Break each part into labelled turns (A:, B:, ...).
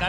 A: The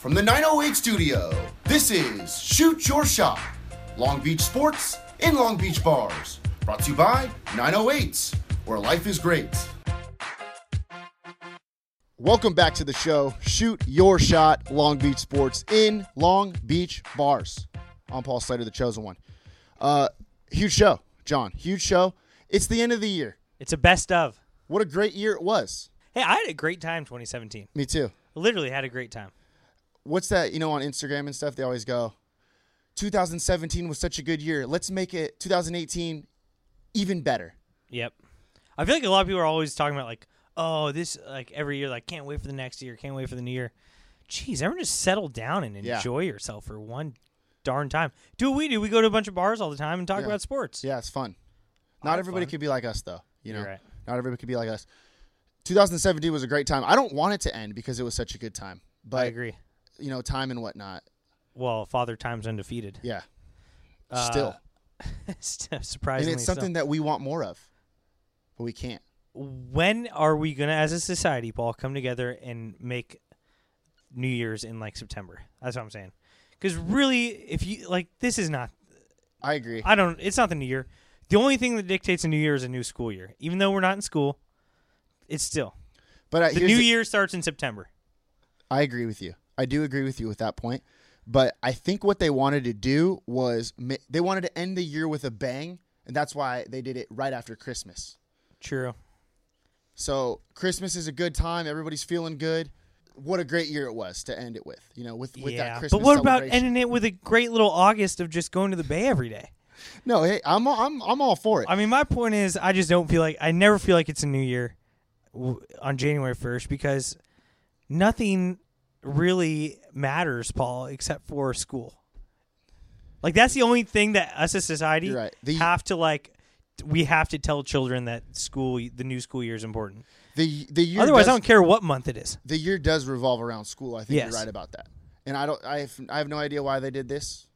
B: from the 908 studio, this is Shoot Your Shot Long Beach Sports in Long Beach Bars. Brought to you by 908s, where life is great.
C: Welcome back to the show. Shoot your shot, Long Beach Sports in Long Beach Bars. I'm Paul Slater, the chosen one. Uh, huge show, John. Huge show. It's the end of the year.
D: It's a best of.
C: What a great year it was.
D: Hey, I had a great time 2017.
C: Me too.
D: Literally had a great time.
C: What's that? You know, on Instagram and stuff, they always go, 2017 was such a good year. Let's make it 2018 even better.
D: Yep. I feel like a lot of people are always talking about like, oh, this like every year, like can't wait for the next year, can't wait for the new year. Jeez, everyone just settle down and
C: Yeah.
D: enjoy yourself for one darn time. Do what we do? We go to a bunch of bars all the time and talk about sports.
C: Yeah, it's fun. Not everybody
D: Oh, fun.
C: could be like us, though. You know,
D: You're right.
C: not everybody could be like us. 2017 was a great time. I don't want it to end because it was such a good time. But
D: I agree.
C: You know, time and whatnot.
D: Well, Father Time's undefeated.
C: Yeah.
D: Uh,
C: Still. And
D: Surprisingly,
C: it's something that we want more of, but we can't.
D: when are we gonna, as a society, Paul, come together and make New Year's in like September? That's what I'm saying. Because really, if you like, this is not.
C: I agree.
D: I don't. It's not the New Year. The only thing that dictates a New Year is a new school year. Even though we're not in school, it's still
C: but I,
D: the
C: here's
D: New Year starts in September.
C: I agree with you. I do agree with you with that point. But I think what they wanted to do was ma- they wanted to end the year with a bang, and that's why they did it right after Christmas.
D: True.
C: So Christmas is a good time. Everybody's feeling good. What a great year it was to end it with. You know, with, with that
D: yeah.
C: Christmas.
D: But what about
C: celebration.
D: ending it with a great little August of just going to the Bay every day?
C: No, hey, I'm all- I'm I'm all for it.
D: I mean, my point is, I just don't feel like I never feel like it's a new year w- on January first because nothing really matters, Paul, except for school. Like that's the only thing that us as society
C: You're right. The-
D: have to like. We have to tell children that school, the new school year, is important.
C: the the year
D: Otherwise, I
C: does,
D: don't care what month it is.
C: the year does revolve around school. I think
D: Yes.
C: you're right about that. And I don't. I have, I have no idea why they did this.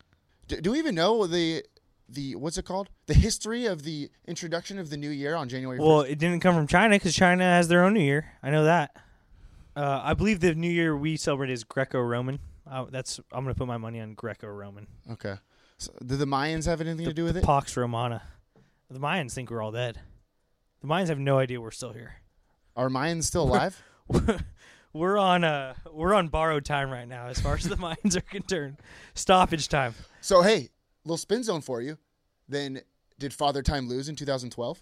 C: Do, do we even know the the what's it called? The history of the introduction of the new year on January. 1st?
D: Well, it didn't come from China because China has their own New Year. I know that. Uh, I believe the New Year we celebrate is Greco-Roman. Uh, that's I'm gonna put my money on Greco-Roman.
C: okay. So, did the Mayans have anything to do with it?
D: Pax Romana. The Mayans think we're all dead. The Mayans have no idea we're still here.
C: Are Mayans still alive?
D: we're on uh we're on borrowed time right now as far as the Mayans are concerned. Stoppage time.
C: so hey, little spin zone for you. Then did Father Time lose in 2012?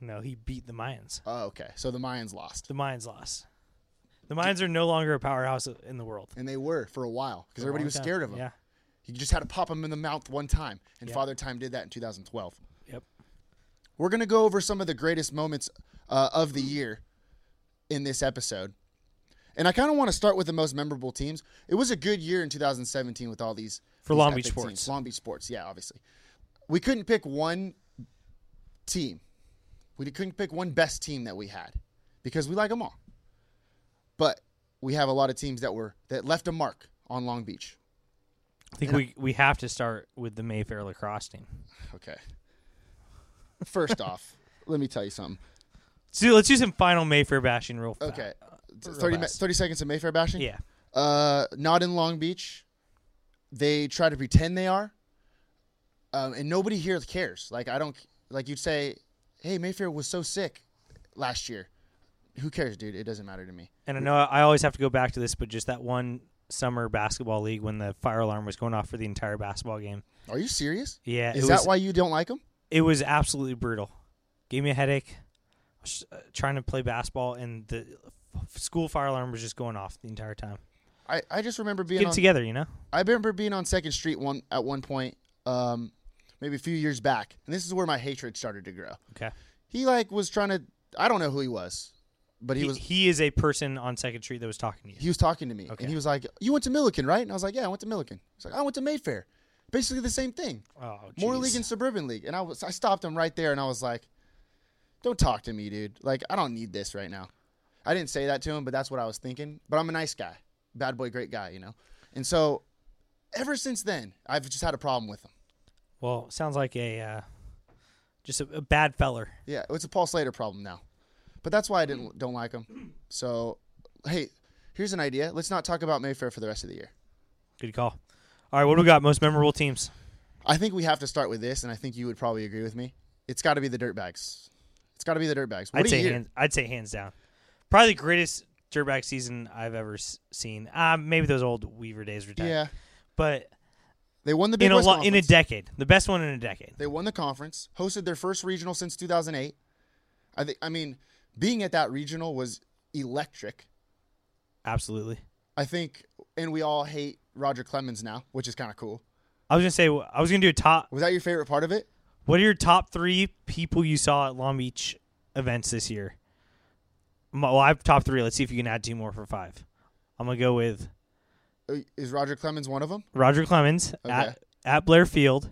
D: No, he beat the Mayans.
C: Oh, okay. So the Mayans lost.
D: The Mayans lost. The Mayans are no longer a powerhouse in the world.
C: And they were for a while because everybody
D: Long
C: was
D: time.
C: scared of them.
D: Yeah.
C: You just had to pop them in the mouth one time, and
D: Yeah.
C: Father Time did that in 2012.
D: Yep.
C: We're gonna go over some of the greatest moments uh, of the year in this episode, and I kind of want to start with the most memorable teams. It was a good year in 2017 with all these
D: For
C: these
D: Long Beach
C: epic
D: sports.
C: teams. Long Beach sports, yeah, obviously. We couldn't pick one team. We couldn't pick one best team that we had because we like them all. But we have a lot of teams that were that left a mark on Long Beach.
D: I think we, we have to start with the Mayfair lacrosse team.
C: Okay. First off, let me tell you something.
D: So let's do some final Mayfair bashing uh, real fast.
C: Okay. 30, mi-
D: fast.
C: 30 seconds of Mayfair bashing?
D: Yeah.
C: Uh, not in Long Beach. They try to pretend they are. Um, and nobody here cares. Like, I don't, like, you'd say, hey, Mayfair was so sick last year. Who cares, dude? It doesn't matter to me.
D: And I know I always have to go back to this, but just that one summer basketball league when the fire alarm was going off for the entire basketball game.
C: Are you serious?
D: Yeah,
C: Is
D: it
C: that
D: was-
C: why you don't like them?
D: It was absolutely brutal. Gave me a headache. I was uh, trying to play basketball, and the f- school fire alarm was just going off the entire time.
C: I, I just remember being
D: Get
C: on,
D: together, you know?
C: I remember being on Second Street one at one point, um, maybe a few years back, and this is where my hatred started to grow.
D: Okay.
C: he like was trying to i don't know who he was but he,
D: He,
C: was
D: he is a person on Second Street that was talking to you.
C: he was talking to me, and he was like, "You went to Milliken, right?" And I was like, "Yeah, I went to Milliken." He's like, "I went to Mayfair." Basically the same thing.
D: Oh,
C: More
D: jeez.
C: league and suburban league, and I was I stopped him right there, and I was like, "Don't talk to me, dude. Like I don't need this right now." I didn't say that to him, but that's what I was thinking. But I'm a nice guy, bad boy, great guy, you know. And so, ever since then, I've just had a problem with him.
D: Well, sounds like a uh, just a, a bad feller.
C: Yeah, it's a Paul Slater problem now. But that's why I didn't don't like him. So, hey, here's an idea. Let's not talk about Mayfair for the rest of the year.
D: Good call. All right, what do we got? Most memorable teams.
C: I think we have to start with this, and I think you would probably agree with me. It's got to be the Dirtbags. It's got to be the Dirtbags. What
D: I'd
C: a
D: say
C: year.
D: hands, I'd say hands down, probably the greatest dirtbag season I've ever s- seen. Uh, maybe those old Weaver days were dead.
C: yeah,
D: but
C: they won the Big
D: in a
C: West
D: lo- in a
C: Conference.
D: decade, the best one in a decade.
C: They won the conference, hosted their first regional since 2008. I think I mean, being at that regional was electric.
D: Absolutely.
C: I think and we all hate Roger Clemens now, which is kind of cool.
D: I was gonna say I was gonna do a top.
C: Was that your favorite part of it?
D: What are your top three people you saw at Long Beach events this year? M- Well, I have top three. Let's see if you can add two more for five. I'm gonna go with
C: Uh, Is Roger Clemens one of them?
D: Roger Clemens
C: Okay.
D: at, at Blair Field.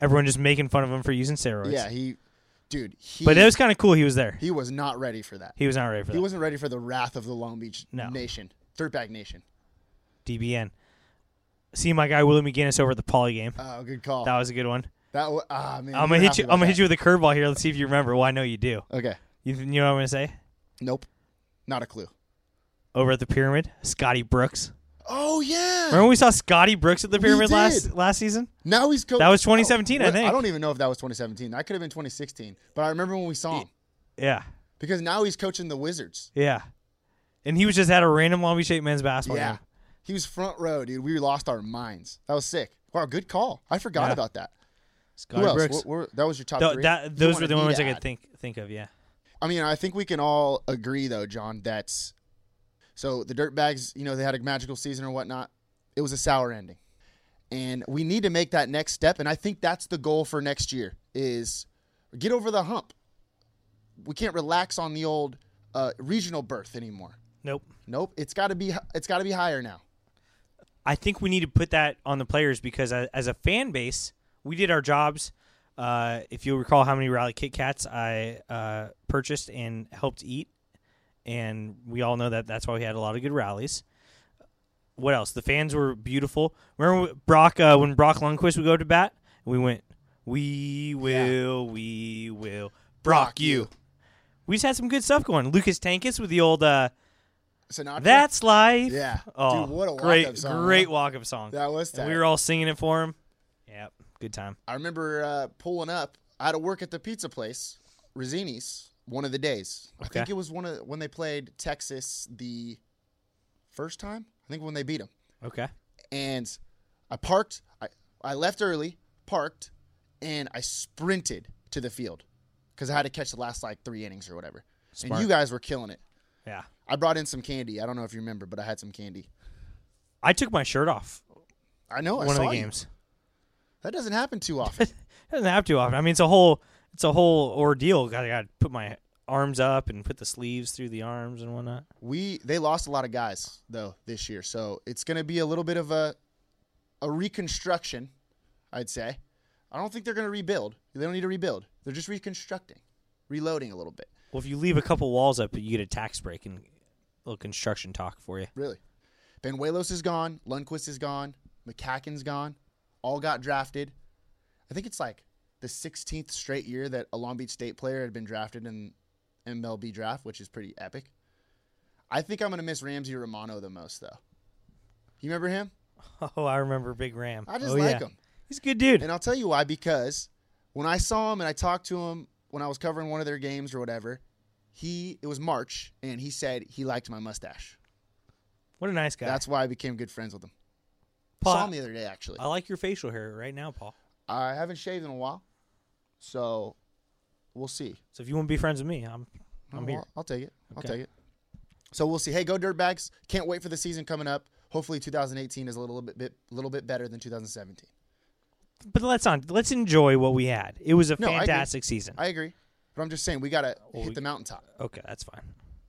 D: Everyone just making fun of him for using steroids.
C: Yeah, he dude, he
D: but it was kind of cool. He was there. He,
C: he was not ready for that.
D: was not ready for
C: He
D: that.
C: wasn't ready for the wrath of the Long Beach
D: No.
C: nation, Dirtbag Nation.
D: DBN. See my guy Willie McGinnis over at the Poly game.
C: Oh, good call.
D: That was a good one.
C: That w- ah man. you're
D: I'm gonna hit
C: happy
D: you.
C: about
D: I'm gonna hit
C: that.
D: you with a curveball here. Let's see if you remember. Well, I know you do.
C: Okay.
D: You, th- you know what I'm gonna say?
C: Nope. Not a clue.
D: Over at the Pyramid, Scotty Brooks.
C: Oh yeah.
D: Remember we saw Scotty Brooks at the Pyramid last
C: did.
D: last season?
C: Now he's coach.
D: That was 2017, I
C: I
D: think.
C: don't even know if that was 2017. That could have been 2016. But I remember when we saw him
D: Yeah,
C: because now he's coaching the Wizards.
D: yeah. And he was just at a random Long Beach State men's basketball
C: Yeah,
D: game.
C: he was front row, dude. We lost our minds. That was sick. Wow, good call. I forgot
D: Yeah.
C: about that.
D: Scotty
C: Who else?
D: Brooks.
C: What- what- that was your top
D: Tho-
C: three.
D: that-
C: You
D: those
C: wanted
D: were the
C: me
D: ones
C: to
D: I could
C: add.
D: think think of. Yeah.
C: I mean, I think we can all agree though, John. That's so the Dirtbags. You know, they had a magical season or whatnot. It was a sour ending, and we need to make that next step. And I think that's the goal for next year: is get over the hump. We can't relax on the old uh, regional berth anymore.
D: Nope.
C: Nope, it's got to be it's got to be higher now.
D: I think we need to put that on the players because uh, as a fan base, we did our jobs. Uh, if you'll recall how many Rally Kit Kats I uh, purchased and helped eat, and we all know that that's why we had a lot of good rallies. What else? The fans were beautiful. Remember when Brock uh, when Brock Lundquist would go to bat, we went, "We will, we will, Brock you." We just had some good stuff going. Lucas Tankis with the old uh,
C: Sinatra.
D: that's life.
C: Yeah.
D: Oh,
C: Dude, what a
D: great,
C: walk-up song,
D: great
C: huh?
D: walk-up song.
C: That was
D: And we
C: tight.
D: were all singing it for him. Yep. Good time.
C: I remember uh, pulling up. I had to work at the pizza place, Rosini's, one of the days. I think
D: Okay.
C: it was one of when they played Texas the first time. I think when they beat them.
D: Okay.
C: And I parked. I, I left early, parked, and I sprinted to the field because I had to catch the last like three innings or whatever. And
D: Smart.
C: you guys were killing it.
D: Yeah.
C: I brought in some candy. I don't know if you remember, but I had some candy.
D: I took my shirt off
C: Oh, I know. I
D: one of
C: saw
D: the
C: you.
D: games.
C: That doesn't happen too often.
D: Doesn't have to often. I mean, it's a whole it's a whole ordeal. I got to put my arms up and put the sleeves through the arms and whatnot.
C: we they lost a lot of guys though this year, so it's going to be a little bit of a a reconstruction, I'd say. I don't think they're going to rebuild. They don't need to rebuild. They're just reconstructing, reloading a little bit.
D: Well, if you leave a couple walls up, you get a tax break and a little construction talk for you.
C: Really, Benuelos is gone. Lundquist is gone. McCacken's gone. All got drafted. I think it's like the 16th straight year that a Long Beach State player had been drafted in MLB draft, which is pretty epic. I think I'm going to miss Ramsey Romano the most though. You remember him?
D: Oh, I remember Big Ram.
C: I just
D: Oh,
C: like
D: yeah.
C: him.
D: He's a good dude.
C: And I'll tell you why because when I saw him and I talked to him when I was covering one of their games or whatever, he it was March and he said he liked my mustache.
D: What a nice guy.
C: That's why I became good friends with him.
D: Paul,
C: saw him the other day actually.
D: I like your facial hair right now, Paul.
C: I haven't shaved in a while. So we'll see.
D: So if you want to be friends with me, I'm I'm
C: I'll-
D: here.
C: I'll take it. I'll
D: Okay.
C: take it. So we'll see. Hey, go Dirtbags. Can't wait for the season coming up. Hopefully 2018 is a little bit, bit little bit better than 2017.
D: But let's on. Let's enjoy what we had. It was a
C: No, I agree.
D: fantastic season.
C: I agree. But I'm just saying we got to hit the mountaintop.
D: okay, that's fine.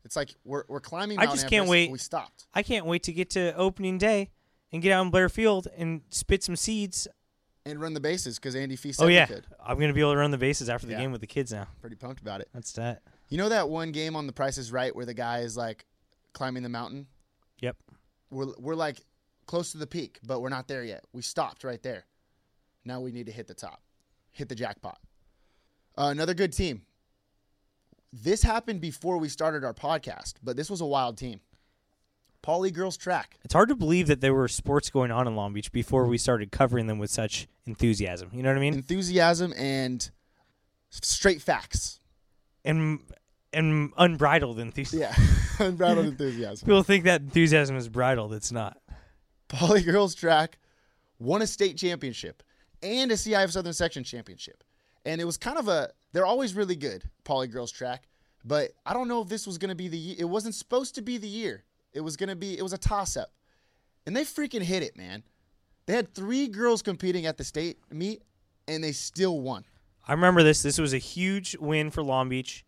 C: It's It's like we're, we're climbing.
D: I
C: Mount
D: just can't
C: Everest,
D: wait.
C: We stopped.
D: I can't wait to get to opening day and get out in Blair Field and spit some seeds.
C: and run the bases because Andy Fee said
D: Oh
C: we
D: yeah,
C: could.
D: I'm gonna be able to run the bases after the
C: Yeah.
D: game with the kids now.
C: Pretty pumped about it.
D: That's that.
C: You know that one game on The Price is Right where the guy is like climbing the mountain?
D: Yep.
C: We're, we're like close to the peak, but we're not there yet. We stopped right there. Now we need to hit the top, hit the jackpot. Uh, another good team. This happened before we started our podcast, but this was a wild team. Pauly Girls Track.
D: It's hard to believe that there were sports going on in Long Beach before we started covering them with such enthusiasm. You know what I mean?
C: Enthusiasm and straight facts.
D: And and unbridled enthusiasm.
C: Yeah, unbridled enthusiasm.
D: People think that enthusiasm is bridled. It's not.
C: Poly girls track won a state championship and a CIF Southern Section championship. And it was kind of a they're always really good, Poly girls track, but I don't know if this was going to be the ye- it wasn't supposed to be the year. It was going to be it was a toss up. And they freaking hit it, man. They had 3 girls competing at the state meet and they still won.
D: I remember this. This was a huge win for Long Beach.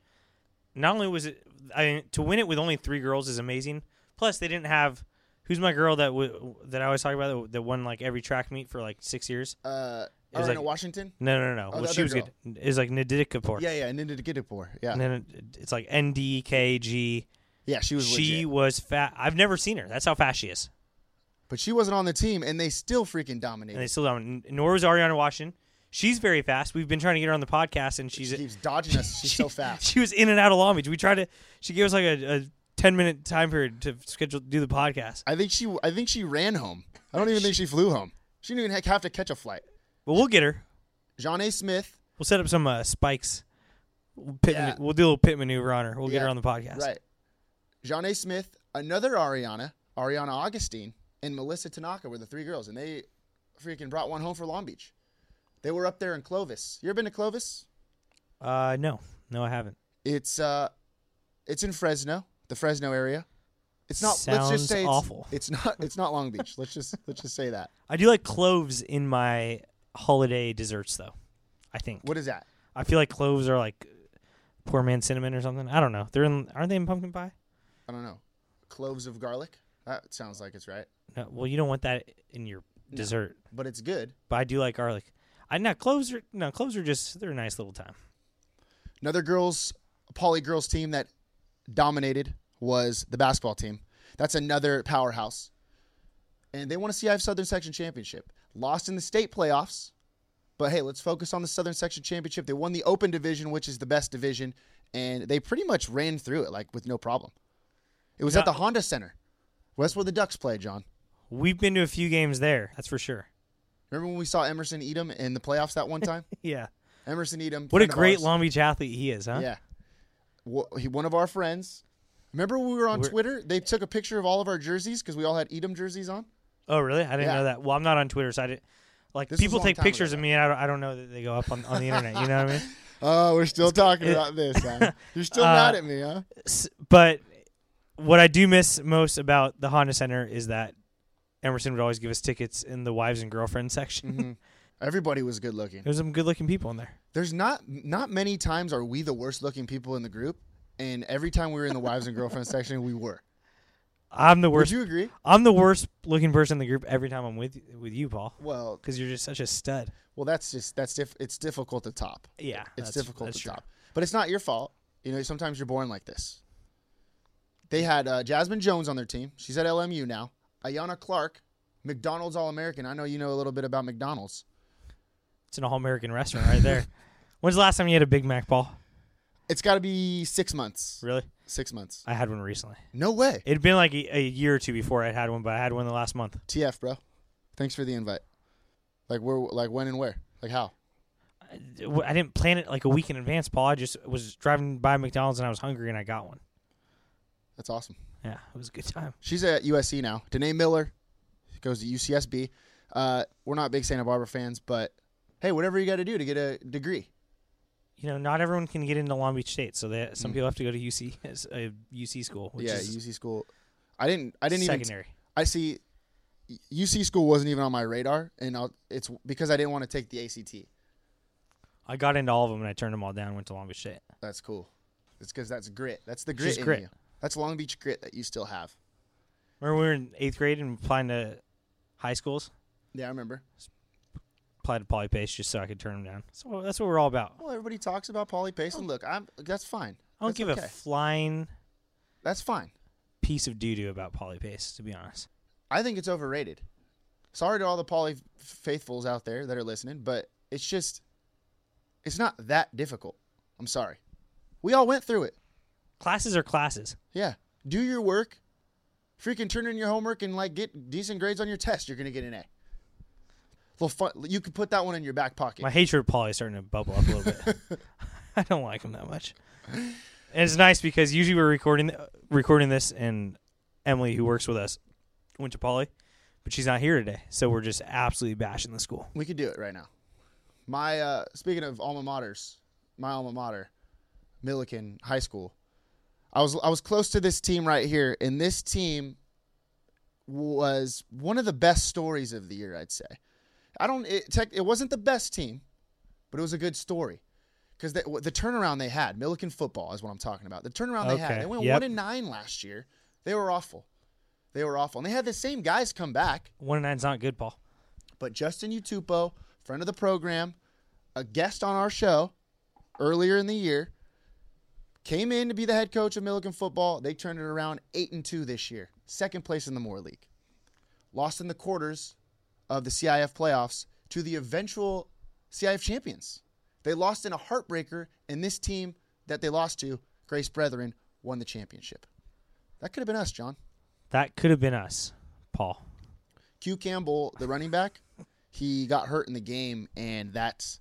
D: Not only was it I, to win it with only three girls is amazing. Plus, they didn't have who's my girl that w- that I always talk about that, that won like every track meet for like six years.
C: Uh
D: It was
C: Arena
D: like-
C: Washington?
D: No, no, no. no.
C: Oh,
D: well,
C: the
D: she was
C: other
D: good. It was like Nadita Kapoor.
C: Yeah, yeah, and then did get it for.
D: And
C: Yeah.
D: then it- it's like NDKG.
C: Yeah, she was
D: She
C: legit.
D: was fat. I've never seen her. That's how fast she is.
C: But she wasn't on the team and they still freaking dominated.
D: And they still don't. Nor was Ariana Washington. She's very fast. We've been trying to get her on the podcast, and she's
C: she keeps dodging us. She's so fast.
D: She was in and out of Long Beach. We tried to. She gave us like a, a ten minute time period to schedule do the podcast.
C: I think she I think she ran home. I don't even think she flew home. She didn't even heck- have to catch a flight.
D: But we'll get her.
C: Jean A. Smith,
D: We'll set up some uh, spikes. We'll, pit
C: Yeah.
D: manu- we'll do a little pit maneuver on her. We'll get
C: Yeah,
D: her on the podcast.
C: right? Jean A. Smith, another Ariana, Ariana Augustine, and Melissa Tanaka were the three girls, and they freaking brought one home for Long Beach. They were up there in Clovis. You ever been to Clovis?
D: Uh, no, no, I haven't.
C: It's uh, it's in Fresno, the Fresno area. It's not. let's
D: Sounds
C: just say it's,
D: awful.
C: It's not. It's not Long Beach. let's just let's just say that.
D: I do like cloves in my holiday desserts, though. I think.
C: What is that?
D: I feel like cloves are like poor man cinnamon or something. I don't know. They're in. Aren't they in pumpkin pie?
C: I don't know. Cloves of garlic. That sounds like it's right,
D: No, well, you don't want that in your dessert.
C: but it's good.
D: But I do like garlic. I not cloves are no cloves are just they're a nice little time.
C: Another girls, poly girls team that dominated was the basketball team. That's another powerhouse. And they won a CIF Southern Section Championship. Lost in the state playoffs. But hey, let's focus on the Southern Section Championship. They won the open division, which is the best division. And they pretty much ran through it like with no problem. It was at
D: Now-
C: the Honda Center. That's where the Ducks play, John.
D: We've been to a few games there, that's for sure.
C: Remember when we saw Emerson Edom in the playoffs that one time?
D: Yeah.
C: Emerson Edom.
D: What a
C: friend of
D: great
C: ours.
D: Long Beach athlete he is, huh?
C: Yeah. Wha- he one of our friends. Remember when we were on
D: We're-
C: Twitter? They took a picture of all of our jerseys because we all had Edom jerseys on.
D: Oh, really? I didn't
C: Yeah.
D: know that. Well, I'm not on Twitter, so I didn't. Like
C: This was a
D: people
C: long
D: take
C: time ago,
D: pictures of
C: though.
D: me, and I don't, I don't know that they go up on, on the internet. You know what I mean?
C: Oh, we're still talking about this. Huh? You're still
D: Uh,
C: mad at me, huh?
D: S- But what I do miss most about the Honda Center is that Emerson would always give us tickets in the wives and girlfriends section.
C: Mm-hmm. Everybody was good looking.
D: There's some good-looking people in there.
C: There's not not many times are we the worst looking people in the group, and every time we were in the wives and girlfriends section, we were.
D: I'm the
C: Would
D: worst.
C: you agree?
D: I'm the worst looking person in the group every time I'm with with you, Paul,
C: Well,
D: because you're just such a stud.
C: well, that's just that's diff- it's difficult to top.
D: Yeah,
C: It's
D: that's-
C: difficult
D: that's
C: to
D: true.
C: top. But it's not your fault. You know, sometimes you're born like this. They had uh, Jasmine Jones on their team. She's at LMU now. Ayana Clark, McDonald's All American. I know you know a little bit about McDonald's.
D: It's an all American restaurant right there. When's the last time you had a Big Mac, Paul?
C: It's got to be six months.
D: Really?
C: Six months.
D: I had one recently.
C: No way.
D: It'd been like a, a year or two before I had one, but I had one the last month.
C: TF, bro. Thanks for the invite. Like where? Like when and where? Like how?
D: I didn't plan it like a week in advance, Paul. I just was driving by McDonald's and I was hungry and I got one.
C: That's awesome.
D: Yeah, it was a good time.
C: She's at USC now. Danae Miller goes to UCSB. Uh, we're not big Santa Barbara fans, but hey, whatever you got to do to get a degree.
D: You know, not everyone can get into Long Beach State, so they, some people have to go to UC as a UC school, which
C: yeah,
D: is
C: UC school. I didn't. I didn't even.
D: secondary.
C: I see. UC school wasn't even on my radar, and I'll, it's because I didn't want to take the ACT.
D: I got into all of them and I turned them all down. and Went to Long Beach State.
C: That's cool. It's because that's grit. That's the grit
D: just
C: in
D: grit.
C: you. That's Long Beach grit that you still have.
D: Remember we were in eighth grade and applying to high schools?
C: Yeah, I remember.
D: Applied to Poly Pace just so I could turn them down. So that's what we're all about.
C: Well, everybody talks about Polly Payson. Look, I'm that's fine.
D: Oh. I don't
C: That's
D: give
C: okay.
D: a flying
C: That's fine.
D: piece of doo doo about Poly Pace, to be honest.
C: I think it's overrated. Sorry to all the Polly faithfuls out there that are listening, but it's just it's not that difficult. I'm sorry. We all went through it.
D: Classes are classes.
C: Yeah. Do your work. Freaking turn in your homework and like get decent grades on your test. You're gonna get an A. Little fun, you could put that one in your back pocket.
D: My hatred of Polly is starting to bubble up a little bit. I don't like him that much. And it's nice because usually we're recording recording this, and Emily, who works with us, went to Polly, but she's not here today. So we're just absolutely bashing the school.
C: we could do it right now. My uh, speaking of alma maters, my alma mater, Milliken High School. I was I was close to this team right here, and this team was one of the best stories of the year. I'd say. I don't. It, tech, it wasn't the best team, but it was a good story because the, the turnaround they had. Milliken football is what I'm talking about. The turnaround they
D: Okay,
C: had. They went
D: yep.
C: one and nine last year. They were awful. They were awful, and they had the same guys come back
D: One and nine's not good, Paul.
C: but Justin Utupo, friend of the program, a guest on our show earlier in the year, came in to be the head coach of Milligan football. They turned it around eight and two this year, second place in the Moore League. Lost in the quarters of the CIF playoffs to the eventual CIF champions. They lost in a heartbreaker, and this team that they lost to, Grace Brethren, won the championship. That could have been us, John.
D: That could have been us, Paul.
C: Q Campbell, the running back, he got hurt in the game, and that's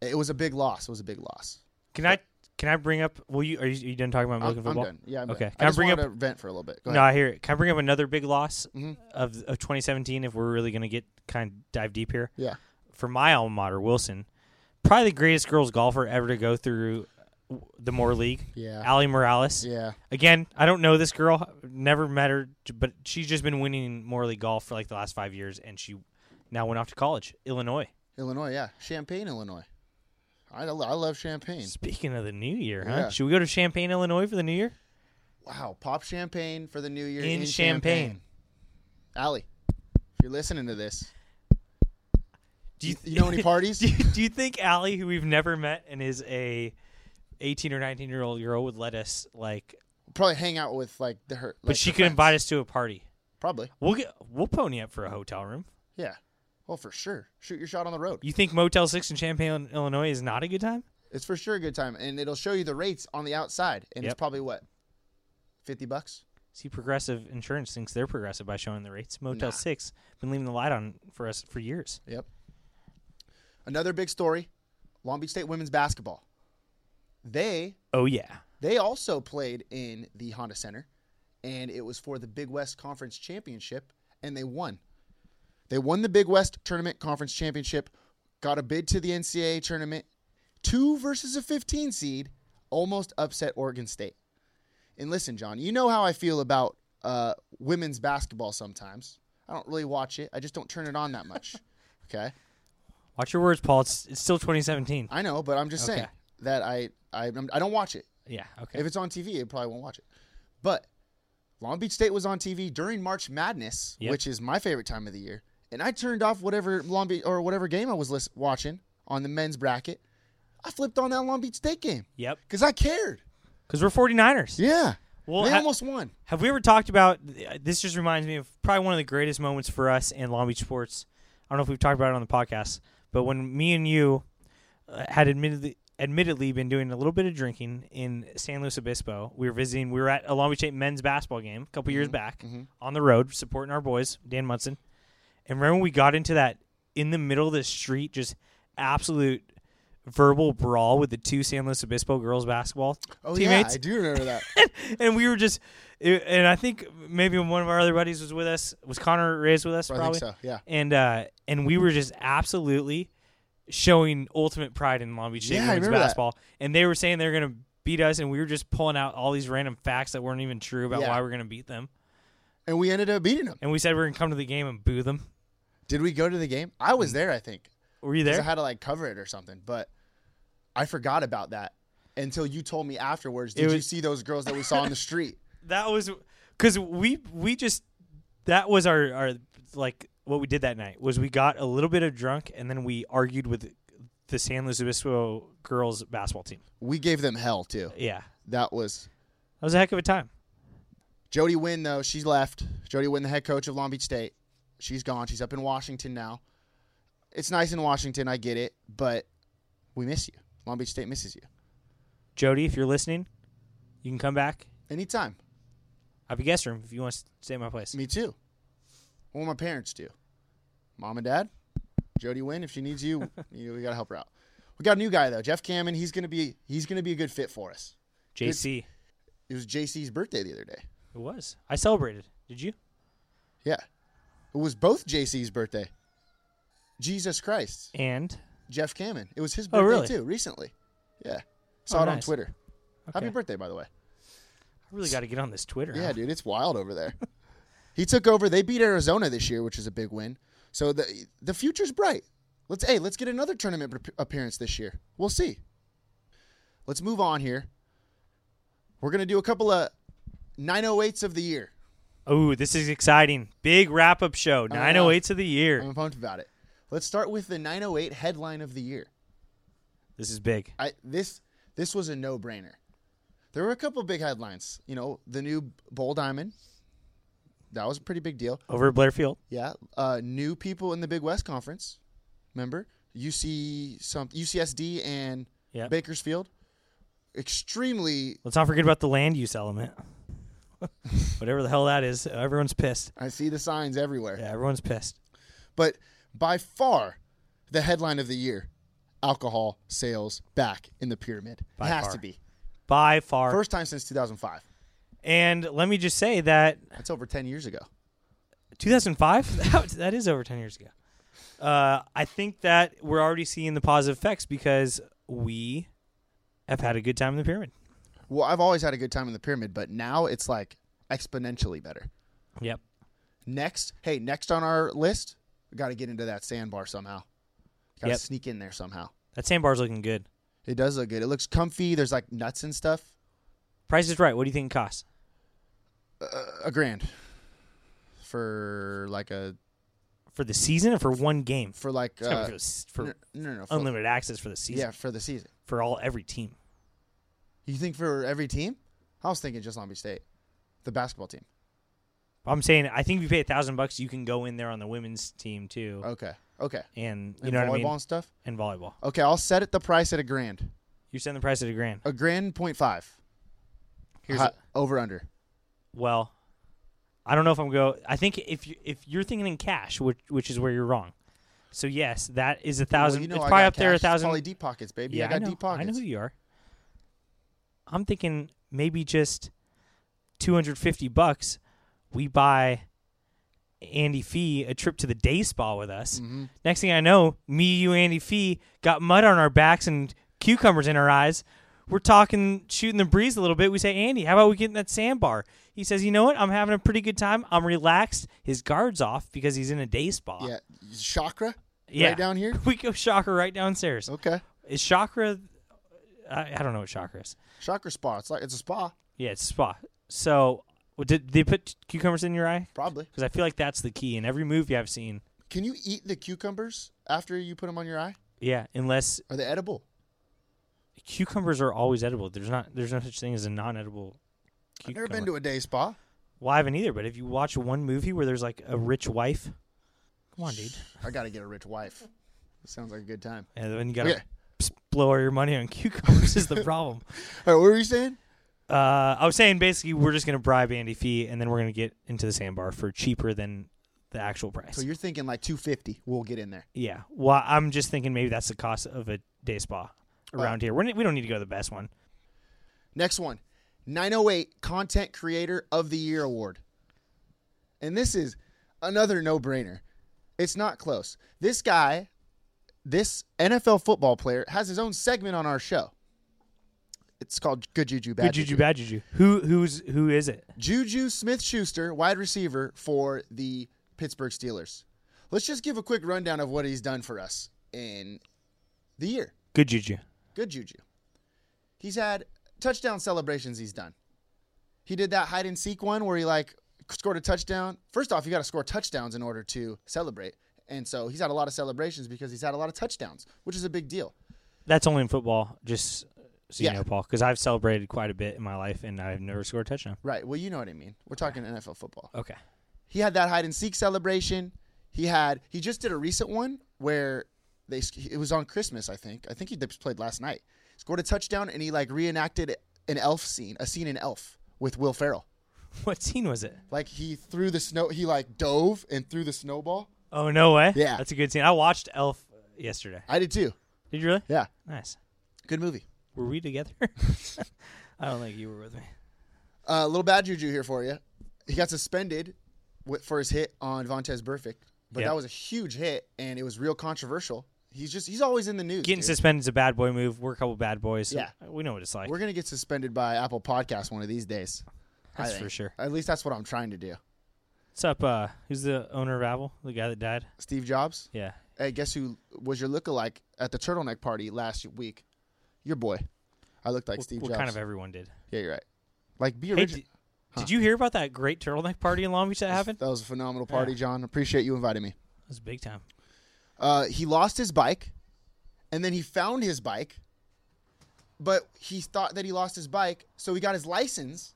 C: it was a big loss. It was a big loss.
D: Can I can I bring up? Will you are you, you done talking about Milliken
C: I'm, I'm
D: football?
C: done. Yeah, I'm
D: okay.
C: Done.
D: Can I,
C: just
D: bring up?
C: wanted to vent for a little bit? Go ahead.
D: No,
C: Mm-hmm.
D: I hear it. Can I bring up another big loss of of 2017? If we're really going to get kind of dive deep here,
C: Yeah,
D: for my alma mater, Wilson, probably the greatest girls golfer ever to go through w- the Moore League.
C: Yeah.
D: Allie Morales.
C: yeah.
D: Again, I don't know this girl, never met her, j- but she's just been winning Moore League golf for like the last five years, and she now went off to college, Illinois.
C: Illinois, yeah, Champaign, Illinois. I, I love Champagne.
D: Speaking of the new year, huh?
C: Yeah.
D: Should we go to Champaign, Illinois for the new year?
C: Wow, pop champagne for the new year
D: In
C: in,
D: Champaign.
C: Allie, if you're listening to this,
D: Do you,
C: you know any parties?
D: do, you, do you think Allie, who we've never met and is a 18 or 19 year old girl, would let us like?
C: probably hang out with like the her.
D: but she could invite us to a party.
C: Probably,
D: We'll get we'll pony up for a hotel room.
C: yeah. Well, for sure. Shoot your shot on the road.
D: You think Motel Six in Champaign, Illinois, is not a good time?
C: It's for sure a good time, and it'll show you the rates on the outside, and it's
D: Yep.
C: probably what fifty bucks.
D: See, Progressive Insurance thinks they're progressive by showing the rates. Motel Six been leaving the light on for us for years.
C: Yep. Another big story: Long Beach State women's basketball. They
D: Oh yeah,
C: they also played in the Honda Center, and it was for the Big West Conference Championship, and they won. They won the Big West Tournament Conference Championship, got a bid to the NCAA tournament, two versus a 15 seed, almost upset Oregon State. And listen, John, you know how I feel about uh, women's basketball sometimes. I don't really watch it, I just don't turn it on that much. okay?
D: watch your words, Paul. It's, it's still 2017.
C: I know, but I'm just saying
D: Okay.
C: that I, I, I don't watch it.
D: Yeah, okay.
C: If it's on TV, it probably won't watch it. But Long Beach State was on TV during March Madness,
D: Yep.
C: which is my favorite time of the year, and I turned off whatever Long Beach or whatever game I was lis- watching on the men's bracket. I flipped on that Long Beach State game
D: yep,
C: because I cared.
D: because we're 49ers.
C: Yeah,
D: Well,
C: they
D: ha-
C: almost won.
D: Have we ever talked about? This just reminds me of probably one of the greatest moments for us in Long Beach sports. I don't know if we've talked about it on the podcast, but when me and you uh, had admittedly admittedly been doing a little bit of drinking in San Luis Obispo, we were visiting. We were at a Long Beach State men's basketball game a couple years
C: Mm-hmm.
D: back on the road, supporting our boys Dan Munson. And remember, when we got into that in the middle of the street, just absolute verbal brawl with the two San Luis Obispo girls basketball
C: Oh yeah,
D: teammates
C: I do remember that.
D: and we were just, it- and I think maybe one of our other buddies was with us. Was Connor Reyes with us?
C: I think
D: probably.
C: so, yeah.
D: And uh, and we were just absolutely showing ultimate pride in Long Beach State
C: Yeah, I
D: women's
C: remember that.
D: basketball. And they were saying they were gonna beat us, and we were just pulling out all these random facts that weren't even true about
C: Yeah.
D: why we're gonna beat them.
C: and we ended up beating them.
D: And we said we are gonna come to the game and boo them.
C: Did we go to the game? I
D: Mm.
C: was there, I think.
D: Were you
C: 'cause
D: there?
C: I had to like cover it or something, but I forgot about that until you told me afterwards. Did you
D: was-
C: see those girls that we saw on the street?
D: that was because we we just that was our our like what we did that night was we got a little bit of drunk and then we argued with the San Luis Obispo girls basketball team.
C: We gave them hell too.
D: Yeah, that
C: That was
D: was a heck of a time.
C: Jody Wynn, though, she's left. Jody Wynn, the head coach of Long Beach State. She's gone. She's up in Washington now. It's nice in Washington, I get it, but we miss you. Long Beach State misses you.
D: Jody, if you're listening, you can come back.
C: Anytime.
D: I have a guest room if you want to stay at my place.
C: Me too. What will my parents do? Mom and dad? Jody Wynn, if she needs you, you know, we gotta help her out. We got a new guy though, Jeff Cameron. He's gonna be he's gonna be a good fit for us.
D: JC,
C: It was JC's birthday the other day.
D: it was. I celebrated. Did you?
C: Yeah. It was both JC's birthday. Jesus Christ.
D: And
C: Jeff Kamen. It was his
D: Oh,
C: birthday
D: really?
C: too recently. Yeah, saw
D: Oh,
C: it on
D: nice.
C: Twitter. Happy
D: Okay.
C: birthday, by the way.
D: I really got to get on this Twitter.
C: Yeah,
D: huh?
C: dude, it's wild over there. he took over. They beat Arizona this year, which is a big win. So the the future's bright. Let's hey, let's get another tournament ap- appearance this year. We'll see. Let's move on here. We're gonna do a couple of 908s of the year.
D: Oh, this is exciting. Big wrap up show.
C: Oh,
D: 908s of the year.
C: I'm pumped about it. Let's start with the 908 headline of the year.
D: This is big.
C: I this this was a no brainer. There were a couple big headlines. You know, the new bowl diamond. That was a pretty big deal.
D: Over at Blairfield.
C: Yeah, uh, new people in the Big West Conference. Remember, UC some UCSD and
D: Yep.
C: Bakersfield. Extremely,
D: Let's not forget about the land use element. Whatever the hell that is, everyone's pissed.
C: I see the signs everywhere.
D: Yeah, everyone's pissed.
C: But by far, the headline of the year: alcohol sales back in the pyramid.
D: By
C: it has
D: far.
C: to be
D: By far.
C: first time since 2005.
D: and let me just say that
C: That's over 10 years ago.
D: 2005, that, was- that is over 10 years ago. Uh, I think that we're already seeing the positive effects because we have had a good time in the pyramid.
C: Well, I've always had a good time in the pyramid, but now it's like exponentially better.
D: Yep.
C: Next, hey, next on our list, we got to get into that sandbar somehow. Got to
D: Yep.
C: sneak in there somehow.
D: That sandbar's looking good.
C: It does look good. It looks comfy. There's like nuts and stuff.
D: Price is right. What do you think it costs?
C: A grand for like a
D: For the season or for one game?
C: for like
D: It's gotta be
C: uh,
D: for, the s- for
C: no, no, no, for,
D: unlimited access for the season.
C: Yeah, for the season.
D: For all every team.
C: You think for every team? I was thinking just Long Beach State, the basketball team.
D: I'm saying I think if you pay a thousand bucks, you can go in there on the women's team too,
C: Okay, okay.
D: and you
C: Uh, And
D: know
C: volleyball
D: what I mean,
C: and stuff.
D: and volleyball.
C: Okay, I'll set it the price at a grand.
D: You send the price at a grand.
C: A grand point five.
D: Here's
C: Hi-
D: a-
C: over under.
D: well, I don't know if I'm go. I think if you if you're thinking in cash, which which is where you're wrong. So yes, that is a
C: Well,
D: thousand.
C: you know
D: it's
C: I
D: probably
C: got
D: up there
C: cash.
D: a
C: It's
D: thousand.
C: Probably deep pockets, baby. I got
D: know,
C: deep pockets.
D: I know who you are. I'm thinking maybe just 250 bucks. We buy Andy Fee a trip to the day spa with us.
C: Mm-hmm.
D: Next thing I know, me, you, Andy Fee got mud on our backs and cucumbers in our eyes. We're talking, shooting the breeze a little bit. We say, Andy, how about we get in that sandbar? He says, You know what? I'm having a pretty good time. I'm relaxed. His guard's off because he's in a day spa.
C: Yeah, chakra.
D: Yeah.
C: Right down here.
D: We go shocker right downstairs.
C: Okay,
D: Is chakra? I, I don't know what chakra is.
C: chakra spa. It's like it's a spa,
D: Yeah, it's spa. So w- did they put cucumbers in your eye?
C: probably.
D: Because I feel like that's the key in every movie I've seen.
C: Can you eat the cucumbers after you put them on your eye?
D: Yeah, unless
C: Are they edible?
D: cucumbers are always edible. There's not. There's no such thing as a non-edible.
C: I've
D: Cucumber.
C: never been to a day spa.
D: Well, I haven't either. But if you watch one movie where there's like a rich wife, come on, dude.
C: I gotta get a rich wife. Sounds like a good time.
D: And then you gotta
C: Okay.
D: s- blow all your money on cucumbers is the problem.
C: All right, what were you saying?
D: Uh, I was saying basically we're just gonna bribe Andy Fee and then we're gonna get into the sandbar for cheaper than the actual price.
C: So you're thinking like 250? We'll get in there.
D: Yeah. Well, I'm just thinking maybe that's the cost of a day spa around here. We're, n- we don't need to go to the best one.
C: Next one, 908 Content Creator of the Year Award. And this is another no brainer. It's not close. This guy, this NFL football player, has his own segment on our show. It's called Good Juju Bad
D: Good juju, bad juju. Who who's who is it?
C: Juju Smith Schuster, wide receiver for the Pittsburgh Steelers. Let's just give a quick rundown of what he's done for us in the year.
D: Good juju.
C: Good Juju. He's had touchdown celebrations he's done. He did that hide and seek one where he like scored a touchdown. First off, you got to score touchdowns in order to celebrate. And so he's had a lot of celebrations because he's had a lot of touchdowns, which is a big deal.
D: That's only in football, just so you
C: Yeah.
D: know, Paul, because I've celebrated quite a bit in my life and I've never scored a touchdown.
C: Right. Well, you know what I mean. We're talking NFL football.
D: Okay.
C: he had that hide and seek celebration. He had he just did a recent one where they it was on Christmas, I think. I think he just played last night. Scored a touchdown and he like reenacted an elf scene, a scene in Elf with Will Ferrell.
D: What scene was it?
C: Like he threw the snow, he like dove and threw the snowball.
D: Oh, no way.
C: Yeah.
D: That's a good scene. I watched Elf yesterday.
C: I did too.
D: Did you really?
C: Yeah,
D: Nice.
C: good movie.
D: Were we together? I don't think you were with me.
C: Uh, A little bad juju here for you. He got suspended wi- for his hit on Vontez Perfect, but
D: Yeah.
C: that was a huge hit and it was real controversial. He's just he's always in the news.
D: Getting
C: dude.
D: suspended is a bad boy move. We're a couple bad boys. so
C: Yeah.
D: We know what it's like.
C: We're gonna get suspended by Apple Podcast one of these days. I
D: That's
C: think.
D: for sure.
C: At least that's what I'm trying to do.
D: What's up? Uh, who's the owner of Apple? The guy that died?
C: Steve Jobs.
D: Yeah.
C: Hey, guess who was your lookalike at the turtleneck party last week? Your boy. I looked like Steve
D: well,
C: Jobs.
D: kind of everyone did.
C: yeah, you're right. Like be
D: Hey,
C: original.
D: did, did you hear about that great turtleneck party in Long Beach that happened? It
C: that was a phenomenal party, John. Appreciate you inviting me.
D: was big time.
C: Uh, he lost his bike, and then he found his bike, but he thought that he lost his bike, so he got his license.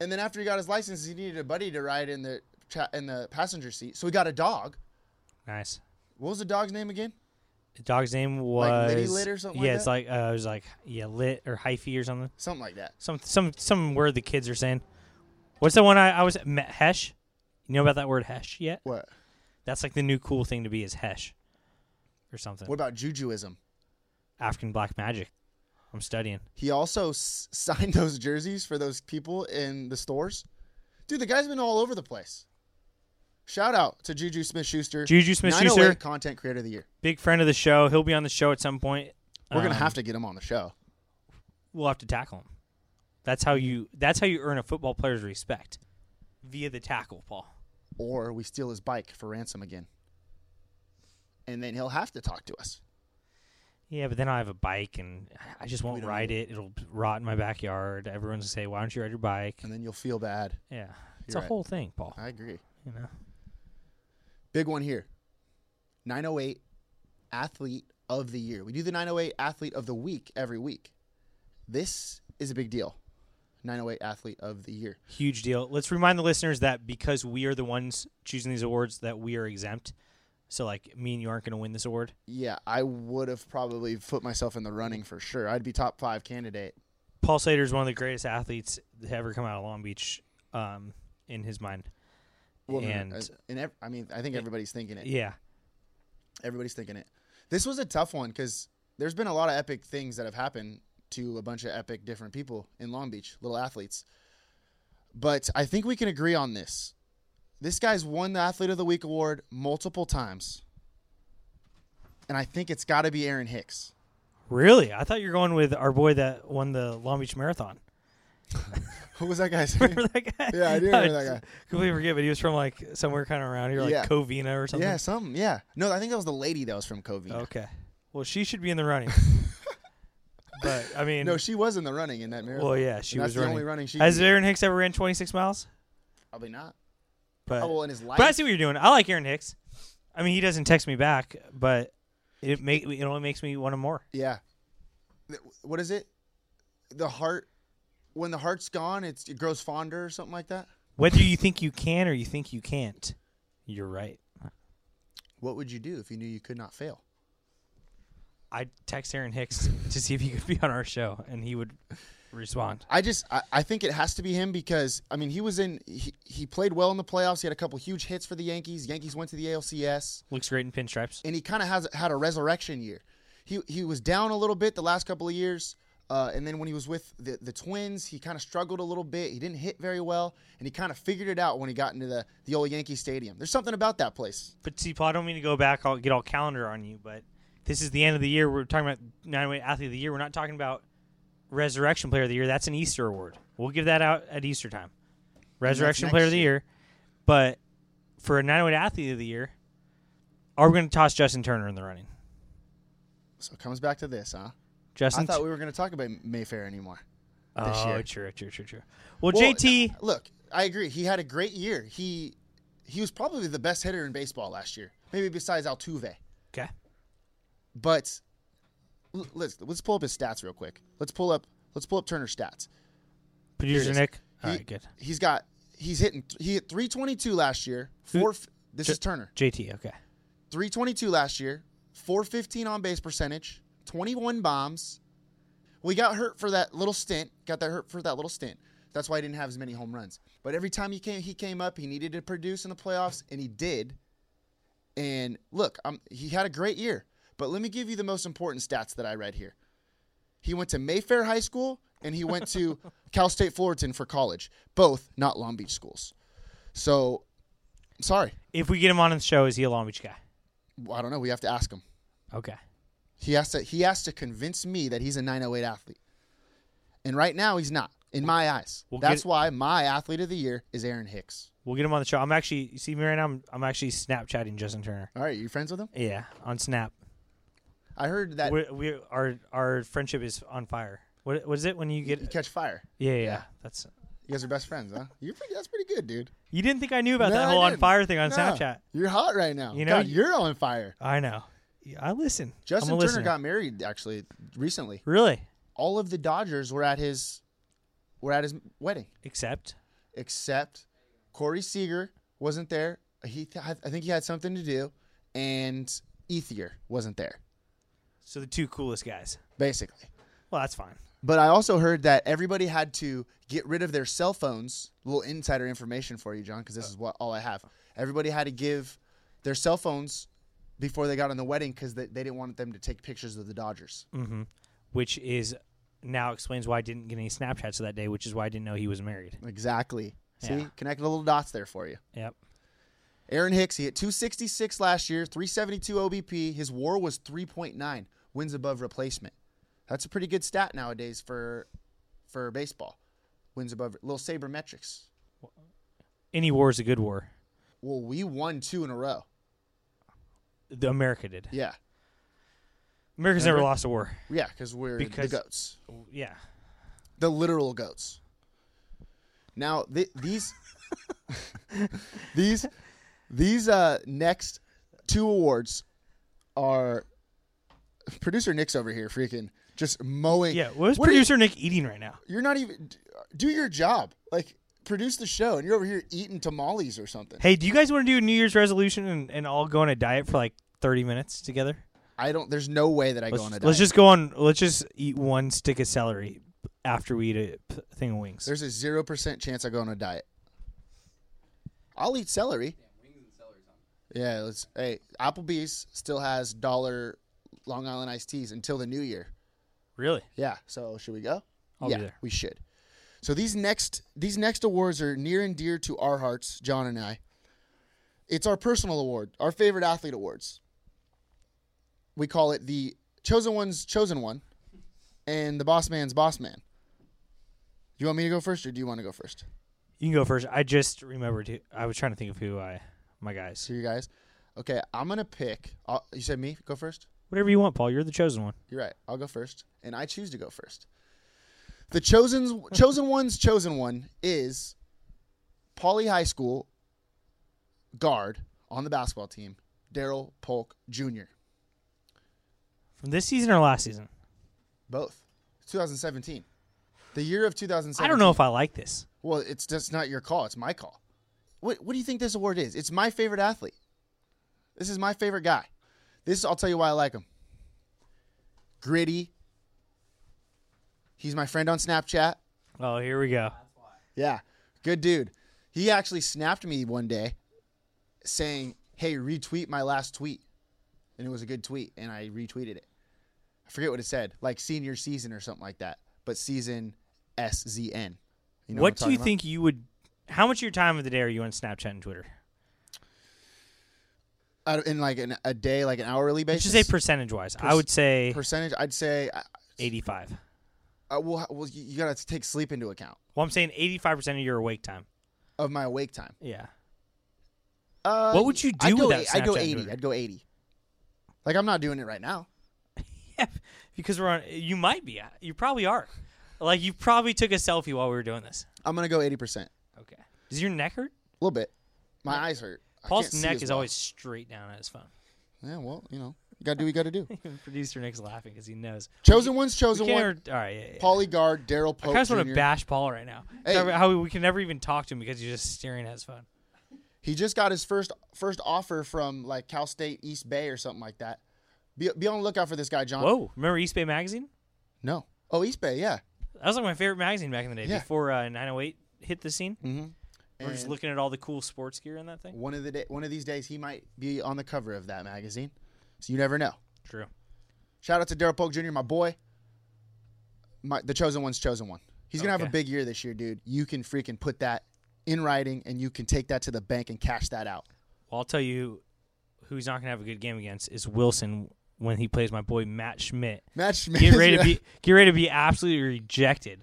C: And then after he got his license, he needed a buddy to ride in the cha- in the passenger seat, so he got a dog.
D: Nice.
C: What was the dog's name again?
D: The dog's name was
C: Like Liddy Lit or something like
D: Yeah, it's
C: that?
D: like uh, it was like yeah, lit or hyphy or something.
C: Something like that.
D: Some some some word the kids are saying. What's the one I, I was me- hesh? You know about that word hesh yet?
C: What?
D: That's like the new cool thing to be is hesh or something.
C: What about Jujuism?
D: African black magic. I'm studying.
C: He also s- signed those jerseys for those people in the stores. Dude, the guy's been all over the place. Shout out to Juju Smith Schuster.
D: Juju Smith-Schuster.
C: Content Creator of the Year.
D: Big friend of the show. He'll be on the show at some point.
C: We're going to
D: Um,
C: have to get him on the show.
D: We'll have to tackle him. That's how you. That's how you earn a football player's respect via the tackle, Paul.
C: Or we steal his bike for ransom again. And then he'll have to talk to us.
D: Yeah, but then I have a bike and I just won't ride it. It'll rot in my backyard. Everyone's gonna say, "Why don't you ride your bike?"
C: And then you'll feel bad.
D: Yeah, it's
C: You're
D: a
C: right.
D: whole thing, Paul.
C: I agree.
D: You know,
C: Big one here 908 Athlete of the Year. We do the 908 Athlete of the Week every week. This is a big deal. 908 Athlete of the Year.
D: huge deal. Let's remind the listeners that because we are the ones choosing these awards, that we are exempt. So, like, me and you aren't gonna win this award.
C: Yeah, I would have probably put myself in the running for sure. I'd be top five candidate.
D: Paul Slater is one of the greatest athletes to ever come out of Long Beach, um, in his mind.
C: Well,
D: and
C: I, and ev- I mean, I think everybody's thinking it.
D: yeah,
C: Everybody's thinking it. This was a tough one because there's been a lot of epic things that have happened to a bunch of epic different people in Long Beach, little athletes. But I think we can agree on this. This guy's won the Athlete of the Week award multiple times. And I think it's got to be Aaron Hicks.
D: really. I thought you were going with our boy that won the Long Beach Marathon.
C: Who was that guy's
D: remember that guy?
C: Yeah, I do remember that guy.
D: Completely forget, but he was from like somewhere kind of around here, like
C: Yeah.
D: Covina or something.
C: Yeah, something. Yeah. No, I think that was the lady that was from Covina.
D: Okay. Well, she should be in the running. but I mean,
C: No, she was in the running in that marathon.
D: well, yeah, she
C: And
D: was
C: that's the
D: running.
C: only running she
D: Has
C: can do.
D: Aaron Hicks ever ran 26 miles?
C: Probably not.
D: But
C: Oh, well, in his life.
D: but I see what you're doing. I like Aaron Hicks. I mean, he doesn't text me back, but it make it only makes me want him more.
C: Yeah. Th- What is it? The heart. When the heart's gone, it's, it grows fonder or something like that.
D: Whether you think you can or you think you can't, you're right.
C: What would you do if you knew you could not fail?
D: I text Aaron Hicks to see if he could be on our show, and he would respond.
C: I just I, I think it has to be him because I mean he was in he, he played well in the playoffs. He had a couple huge hits for the Yankees. Yankees went to the ALCS.
D: Looks great in pinstripes.
C: and he kind of has had a resurrection year. He he was down a little bit the last couple of years, uh, and then when he was with the the Twins, he kind of struggled a little bit. He didn't hit very well, and he kind of figured it out when he got into the the old Yankee Stadium. There's something about that place.
D: But see, Paul, I don't mean to go back. I'll get all calendar on you, but this is the end of the year. We're talking about nine way athlete of the year. We're not talking about resurrection player of the year. That's an Easter award. We'll give that out at Easter time. Resurrection
C: next
D: player of the
C: year.
D: year. But for a nine way athlete of the year, are we going to toss Justin Turner in the running?
C: So it comes back to this, huh? I
D: Justin,
C: thought we were going to talk about Mayfair anymore. this
D: oh,
C: year.
D: true, true, true, true. Well,
C: Well,
D: JT,
C: Look, I agree. He had a great year. He he was probably the best hitter in baseball last year, maybe besides Altuve.
D: okay,
C: But l- let's let's pull up his stats real quick. Let's pull up let's pull up Turner's stats.
D: producer
C: is.
D: Nick. All
C: He-
D: right, good.
C: He's got he's hitting he hit 322 last year.
D: Who-
C: Four f- this
D: Ju-
C: is Turner.
D: JT, okay.
C: 322 last year, 415 on base percentage, 21 bombs. We got hurt for that little stint. Got that hurt for that little stint. That's why he didn't have as many home runs. But every time he came, he came up. He needed to produce in the playoffs, and he did. And look, i he had a great year. But let me give you the most important stats that I read here. He went to Mayfair High School and he went to Cal State Fullerton for college, both not Long Beach schools. So, I'm sorry,
D: If we get him on the show, is he a Long Beach guy?
C: I don't know. We have to ask him.
D: Okay.
C: He has to he has to convince me that he's a 908 athlete. And right now he's not in my eyes.
D: We'll
C: That's
D: get-
C: why my athlete of the year is Aaron Hicks.
D: We'll get him on the show. I'm actually, you see me right now, I'm, I'm actually Snapchatting Justin Turner.
C: All right, you friends with him?
D: Yeah, on Snap.
C: I heard that
D: we we our our friendship is on fire. What was it when you get?
C: you catch fire.
D: yeah, yeah, That's
C: You guys are best friends, huh? You're pretty, that's pretty good, dude.
D: you didn't think I knew about
C: No,
D: that
C: I
D: whole on
C: didn't.
D: fire thing on
C: No,
D: Snapchat.
C: You're hot right now.
D: You
C: You
D: know,
C: know, God, you're on fire.
D: I know. Yeah, I listen.
C: Justin
D: I'm a
C: Turner
D: listener.
C: got married actually recently.
D: really
C: All of the Dodgers were at his were at his wedding
D: except
C: except Corey Seager wasn't there. He I think he had something to do and Ethier wasn't there.
D: so the two coolest guys.
C: basically.
D: Well, that's fine.
C: But I also heard that everybody had to get rid of their cell phones. Little insider information for you, John, because this is what all I have. Everybody had to give their cell phones before they got on the wedding because they, they didn't want them to take pictures of the Dodgers.
D: Which is now explains why I didn't get any Snapchats that day, which is why I didn't know he was married.
C: Exactly. See,
D: Yeah.
C: connected little dots there for you.
D: Yep.
C: Aaron Hicks, he hit 266 last year, 372 OBP. His WAR was 3.9 wins above replacement. That's a pretty good stat nowadays for for baseball. Wins above little saber metrics.
D: Any war is a good war.
C: Well, we won two in a row.
D: The America did.
C: Yeah,
D: America's never lost a war.
C: yeah, because we're
D: Because-
C: the goats,
D: Yeah.
C: the literal goats. Now th- these, these, these uh, next two awards are producer Nick's over here freaking just mowing.
D: Yeah. What is
C: are you-
D: producer Nick eating right now?
C: you're not even do your job like produce the show, and you're over here eating tamales or something.
D: Hey, do you guys want to do a New Year's resolution and, and all go on a diet for like 30 minutes together?
C: I don't. There's no way that I go on a diet.
D: Let's just go on. Let's just eat one stick of celery after we eat a p- thing of wings.
C: There's a zero percent chance I go on a diet. I'll eat celery. Yeah, let's. Hey, Applebee's still has dollar Long Island iced teas until the new year.
D: really?
C: Yeah, so should we go?
D: I'll be
C: yeah,
D: there.
C: we should. So these next these next awards are near and dear to our hearts, John and I. It's our personal award, our favorite athlete awards. We call it the chosen one's chosen one, and the boss man's boss man. Do you want me to go first, or do you want to go first?
D: You can go first. I just remembered. Who, I was trying to think of who I my guys.
C: to you guys. Okay, I'm gonna pick. i you said me go first.
D: Whatever you want, Paul. You're the chosen one.
C: You're right. I'll go first, and I choose to go first. The chosen chosen one's chosen one is Pauley High School guard on the basketball team, Daryl Polk Jr.
D: From this season or last season?
C: Both 2017, the year of 2017.
D: I don't know if I like this.
C: Well, it's just not your call. It's my call. What What do you think this award is? It's my favorite athlete. This is my favorite guy. This I'll tell you why I like him. Gritty. He's my friend on Snapchat.
D: Oh, here we go.
C: Yeah, good dude. He actually snapped me one day, saying, "Hey, retweet my last tweet," and it was a good tweet, and I retweeted it. I forget what it said, like senior season or something like that, but season S Z N. You know
D: what
C: I'm
D: do
C: talking
D: you
C: about?
D: think you would? How much of your time of the day are you on Snapchat and Twitter?
C: out of- in like an, a day, like an hourly
D: Let's
C: basis.
D: just say percentage wise. I would say
C: percentage. I'd say, uh,
D: eighty-five.
C: uh, well, well, you you gotta take sleep into account
D: Well, I'm saying eighty-five percent of your awake time.
C: of my awake time.
D: Yeah.
C: Uh,
D: What would you do
C: I'd go,
D: without
C: eight- I'd go
D: Snapchat and
C: eighty.
D: Twitter?
C: I'd go eighty. Like I'm not doing it right now.
D: Yeah, because we're on. You might be. You uh, probably are. Like you probably took a selfie while we were doing this.
C: I'm gonna go eighty percent.
D: Okay. Does your neck hurt?
C: A little bit. My eyes hurt. I
D: Paul's
C: can't see
D: neck
C: as
D: is
C: well.
D: always straight down at his phone.
C: Yeah, well, you know, you gotta do what you gotta do.
D: Producer Nick's laughing because he knows.
C: Chosen one's
D: We
C: chosen
D: can't
C: one.
D: ever- all right. Yeah, yeah.
C: Paulie Guard, Daryl
D: I
C: Pope.
D: kind of want
C: Jr..
D: to bash Paul right now.
C: Hey.
D: How we, we can never even talk to him because he's just staring at his phone.
C: He just got his first first offer from like Cal State East Bay or something like that. Be, be on the lookout for this guy, John.
D: Whoa! Remember East Bay Magazine?
C: No. Oh, East Bay, yeah.
D: That was like my favorite magazine back in the day.
C: Yeah. Mm-hmm.
D: Before uh, 908 hit the scene, we're just
C: And-
D: looking at all the cool sports gear in that thing.
C: One of the day, one of these days, he might be on the cover of that magazine. So you never know.
D: True.
C: Shout out to Daryl Polk Jr., my boy. My, the chosen one's chosen one. He's gonna have
D: Okay.
C: a big year this year, dude. You can freaking put that in writing, and you can take that to the bank and cash that out.
D: Well, I'll tell you who he's not going to have a good game against is Wilson when he plays my boy Matt Schmidt.
C: Matt Schmidt.
D: Get ready to be get ready to be absolutely rejected.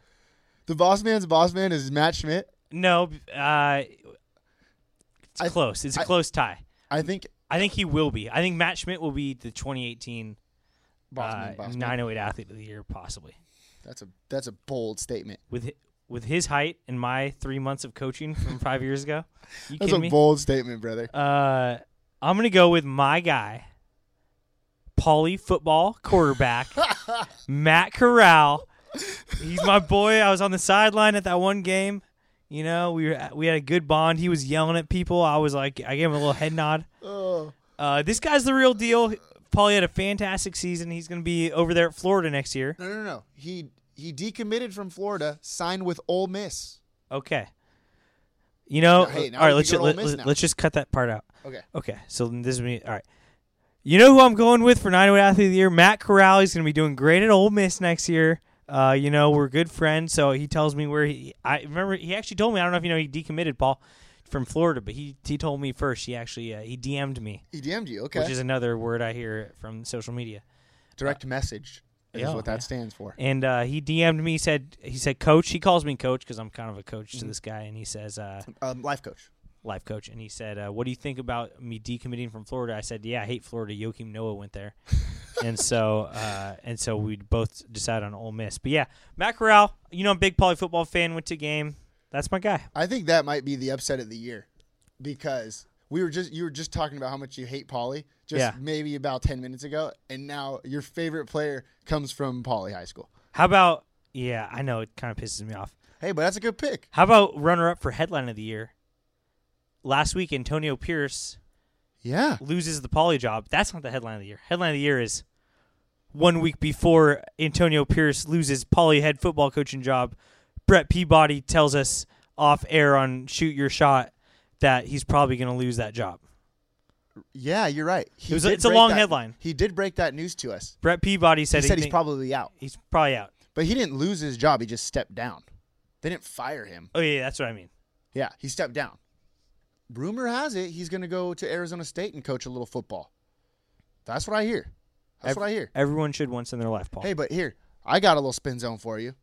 C: the boss man's boss man is Matt Schmidt.
D: No, uh, it's
C: I-
D: close. It's a
C: I-
D: close tie.
C: I think
D: I think he will be. I think Matt Schmidt will be the 2018
C: boss
D: uh,
C: man, boss man.
D: 908 athlete of the year, possibly.
C: That's a that's a bold statement.
D: With hi- with his height and my three months of coaching from five years ago, you
C: That's a
D: kidding me?
C: bold statement, brother.
D: Uh, I'm gonna go with my guy, Paulie football quarterback, Matt Corral. He's my boy. I was on the sideline at that one game. You know, we were, we had a good bond. He was yelling at people. I was like, I gave him a little head nod. Uh, this guy's the real deal. Paulie had a fantastic season. He's gonna be over there at Florida next year.
C: No, no, no. He he decommitted from Florida, signed with Ole Miss.
D: Okay. You know,
C: Now, hey, now
D: all right.
C: we
D: Let's
C: can go
D: ju-
C: to
D: let,
C: Ole Miss
D: let-
C: now.
D: let's just cut that part out.
C: Okay.
D: Okay, so then this is me. All right. You know who I'm going with for 908 Athlete of the Year? Matt Corral. He's going to be doing great at Ole Miss next year. Uh, you know, we're good friends, so he tells me where he. I remember he actually told me. I don't know if you know he decommitted Paul from Florida, but he he told me first. He actually uh, he DM'd me,
C: He DM'd you. Okay.
D: which is another word I hear from social media.
C: Direct message is
D: yeah,
C: what that
D: yeah.
C: stands for.
D: And uh, he DM'd me. He said he said coach. He calls me coach because I'm kind of a coach
C: Mm-hmm.
D: to this guy, and he says. Uh,
C: Um, life coach.
D: life coach, and he said, uh, "What do you think about me decommitting from Florida?" I said, "Yeah, I hate Florida." Joachim Noah went there, and so uh, and so we both decided on Ole Miss. But yeah, Matt Corral, you know, I'm a big poly football fan. Went to game. That's my guy.
C: I think that might be the upset of the year because we were just you were just talking about how much you hate Polly just
D: Yeah.
C: maybe about 10 minutes ago and now your favorite player comes from Polly High School.
D: How about? Yeah, I know it kind of pisses me off.
C: Hey, but that's a good pick.
D: How about runner up for headline of the year? Last week, Antonio Pierce
C: Yeah.
D: loses the poly job. That's not the headline of the year. Headline of the year is one week before Antonio Pierce loses poly head football coaching job. Brett Peabody tells us off air on Shoot Your Shot that he's probably going to lose that job.
C: Yeah, you're right. He
D: It was a-
C: did
D: it's a
C: break
D: long
C: that-
D: headline.
C: He did break that news to us.
D: Brett Peabody
C: He
D: said,
C: said he's
D: think-
C: probably out.
D: he's probably out.
C: But he didn't lose his job. He just stepped down. They didn't fire him.
D: Oh yeah, that's what I mean.
C: Yeah, he stepped down. Rumor has it he's going to go to Arizona State and coach a little football. That's what I hear. That's
D: Ev-
C: what I hear.
D: Everyone should once in their life, Paul.
C: Hey, but here, I got a little spin zone for you.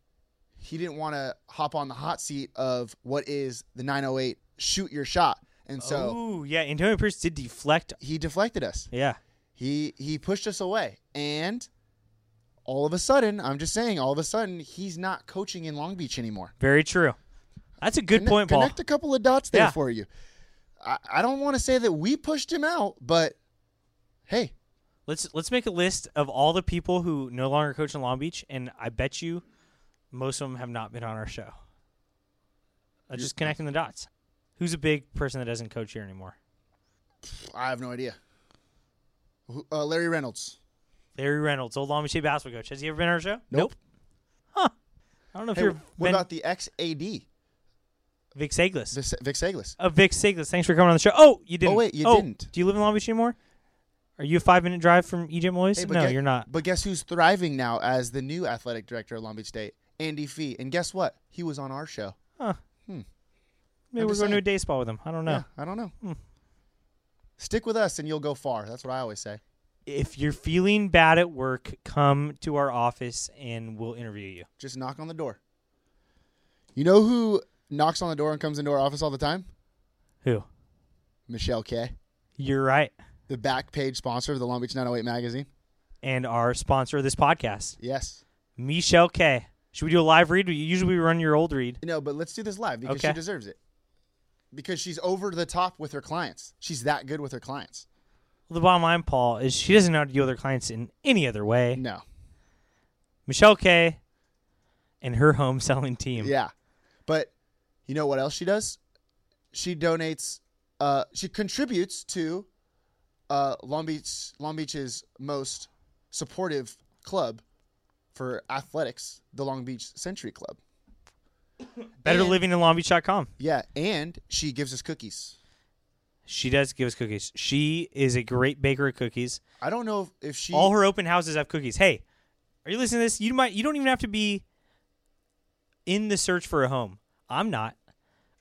C: He didn't want to hop on the hot seat of what is the 908 shoot your shot. And so
D: Ooh, yeah, Antonio Pierce did deflect.
C: he deflected us.
D: Yeah,
C: He he pushed us away. And all of a sudden, I'm just saying, all of a sudden, he's not coaching in Long Beach anymore.
D: very true. That's a good
C: Conne-
D: point, Paul.
C: connect a couple of dots there
D: Yeah.
C: for you. I, I don't want to say that we pushed him out, but hey,
D: Let's let's make a list of all the people who no longer coach in Long Beach, and I bet you most of them have not been on our show. Uh, just connecting the dots. Who's a big person that doesn't coach here anymore?
C: I have no idea. Who- Uh, Larry Reynolds.
D: Larry Reynolds, old Long Beach State basketball coach. Has he ever been on our show?
C: Nope.
D: I don't know if
C: Hey,
D: you're
C: what
D: been-
C: about the XAD,
D: Vic Saglas.
C: Vic Vic Saglas?
D: Uh, Vic Saglas, thanks for coming on the show. Oh, you didn't.
C: wait, you didn't.
D: Do you live in Long Beach anymore? Are you a five minute drive from EJ Moyes?
C: Hey, but
D: no,
C: gue-
D: you're not.
C: But guess who's thriving now as the new athletic director of Long Beach State? Andy Fee. And guess what? He was on our show.
D: Maybe
C: I'm
D: we're
C: just
D: going to a
C: saying.
D: day spa with him. I don't know.
C: Yeah, I don't know. Stick with us and you'll go far. That's what I always say.
D: If you're feeling bad at work, come to our office and we'll interview you.
C: Just knock on the door. You know who knocks on the door and comes into our office all the time?
D: Who?
C: Michelle K,
D: You're right.
C: the back page sponsor of the Long Beach 908 magazine.
D: And our sponsor of this podcast,
C: Yes.
D: Michelle K. Should we do a live read? We usually we run your old read.
C: No, but let's do this live because she
D: Okay.
C: deserves it. Because she's over the top with her clients. She's that good with her clients.
D: The bottom line, Paul, is she doesn't know how to deal with her clients in any other way.
C: No.
D: Michelle K. and her home selling team.
C: Yeah. But you know what else she does? She donates uh she contributes to uh Long Beach Long Beach's most supportive club for athletics, the Long Beach Century Club.
D: Better
C: And-
D: living in longbeach.com.
C: Yeah, and she gives us cookies.
D: She does give us cookies. She is a great baker of cookies.
C: I don't know if she
D: All her open houses have cookies. Hey, are you listening to this? You might you don't even have to be in the search for a home. I'm not.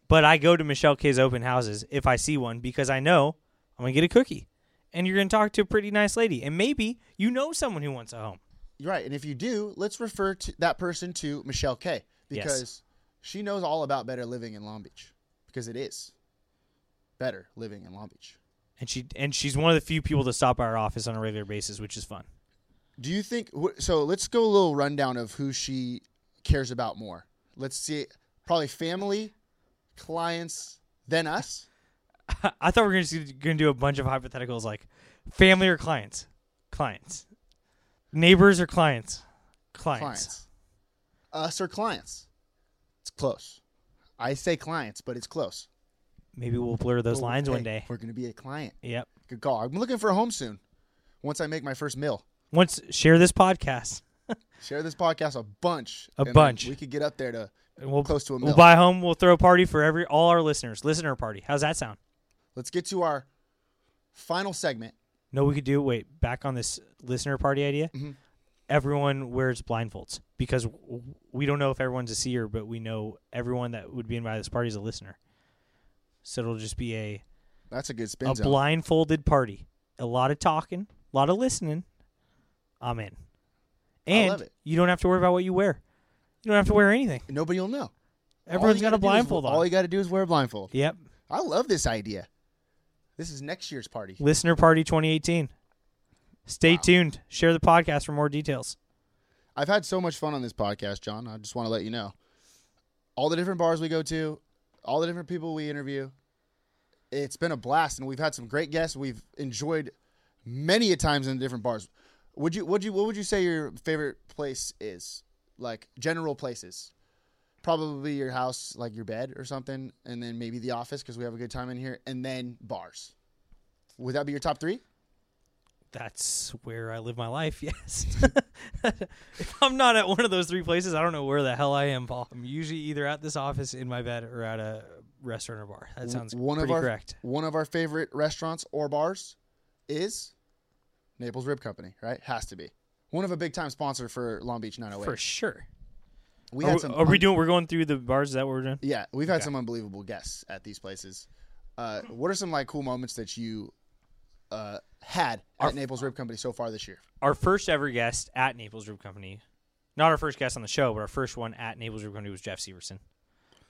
D: But I go to Michelle K's open houses if I see one because I know I'm gonna get a cookie. And you're gonna talk to a pretty nice lady. And maybe you know someone who wants a home.
C: You're right. And if you do, let's refer to that person to Michelle K
D: Yes.
C: because she knows all about better living in Long Beach because it is better living in Long Beach.
D: And she and she's one of the few people to stop by our office on a regular basis, which is fun.
C: Do you think wh- so? Let's go a little rundown of who she cares about more. Let's see, probably family, clients, then us.
D: I thought we were going to going to do a bunch of hypotheticals like family or clients, clients, neighbors or clients, clients.
C: Clients. Us or clients? It's close. I say clients, but it's close.
D: Maybe we'll blur those
C: But
D: lines
C: hey,
D: one day.
C: We're going to be a client.
D: Yep.
C: Good call. I'm looking for a home soon once I make my first mill.
D: Once share this podcast,
C: Share this podcast a bunch.
D: A
C: and then
D: bunch.
C: We could get up there to.
D: and we'll
C: Close to a
D: we'll
C: mil.
D: buy home. We'll throw a party for every all our listeners. Listener party. How's that sound?
C: Let's get to our final segment.
D: No, we could do. Wait, back on this listener party idea.
C: Mm-hmm.
D: Everyone wears blindfolds because w- we don't know if everyone's a seer, but we know everyone that would be invited to this party is a listener. So it'll just be a
C: That's a good spin
D: a
C: zone.
D: blindfolded party. A lot of talking, a lot of listening. I'm in. And
C: love it.
D: you don't have to worry about what you wear. You don't have to wear anything.
C: Nobody will know.
D: Everyone's
C: All you
D: got
C: gotta
D: a
C: do is-
D: blindfold on.
C: All you got to do is wear a blindfold.
D: yep.
C: I love this idea. This is next year's party.
D: Listener Party 2018. Stay tuned. Share the podcast for more details.
C: I've had so much fun on this podcast, John. I just want to let you know. All the different bars we go to, all the different people we interview. It's been a blast, and we've had some great guests. We've enjoyed many a times in different bars. Would you? Would you? What would you say your favorite place is? Like general places, probably your house, like your bed or something, and then maybe the office because we have a good time in here, and then bars. Would that be your top three?
D: That's where I live my life, yes. if I'm not at one of those three places, I don't know where the hell I am, Paul. I'm usually either at this office in my bed or at a restaurant or bar. That sounds pretty
C: our,
D: correct.
C: One of our favorite restaurants or bars is Naples Rib Company, right? Has to be. One of a big time sponsor for Long Beach 908.
D: For sure.
C: we
D: Are,
C: had
D: we-
C: some
D: are we
C: un-
D: doing? We're going through the bars. Is that what we're doing?
C: Yeah, we've had some unbelievable guests at these places. Uh, what are some like cool moments that you uh, had at Naples Rib Company so far this year?
D: Our first ever guest at Naples Rib Company, not our first guest on the show, but our first one at Naples Rib Company was Jeff Severson.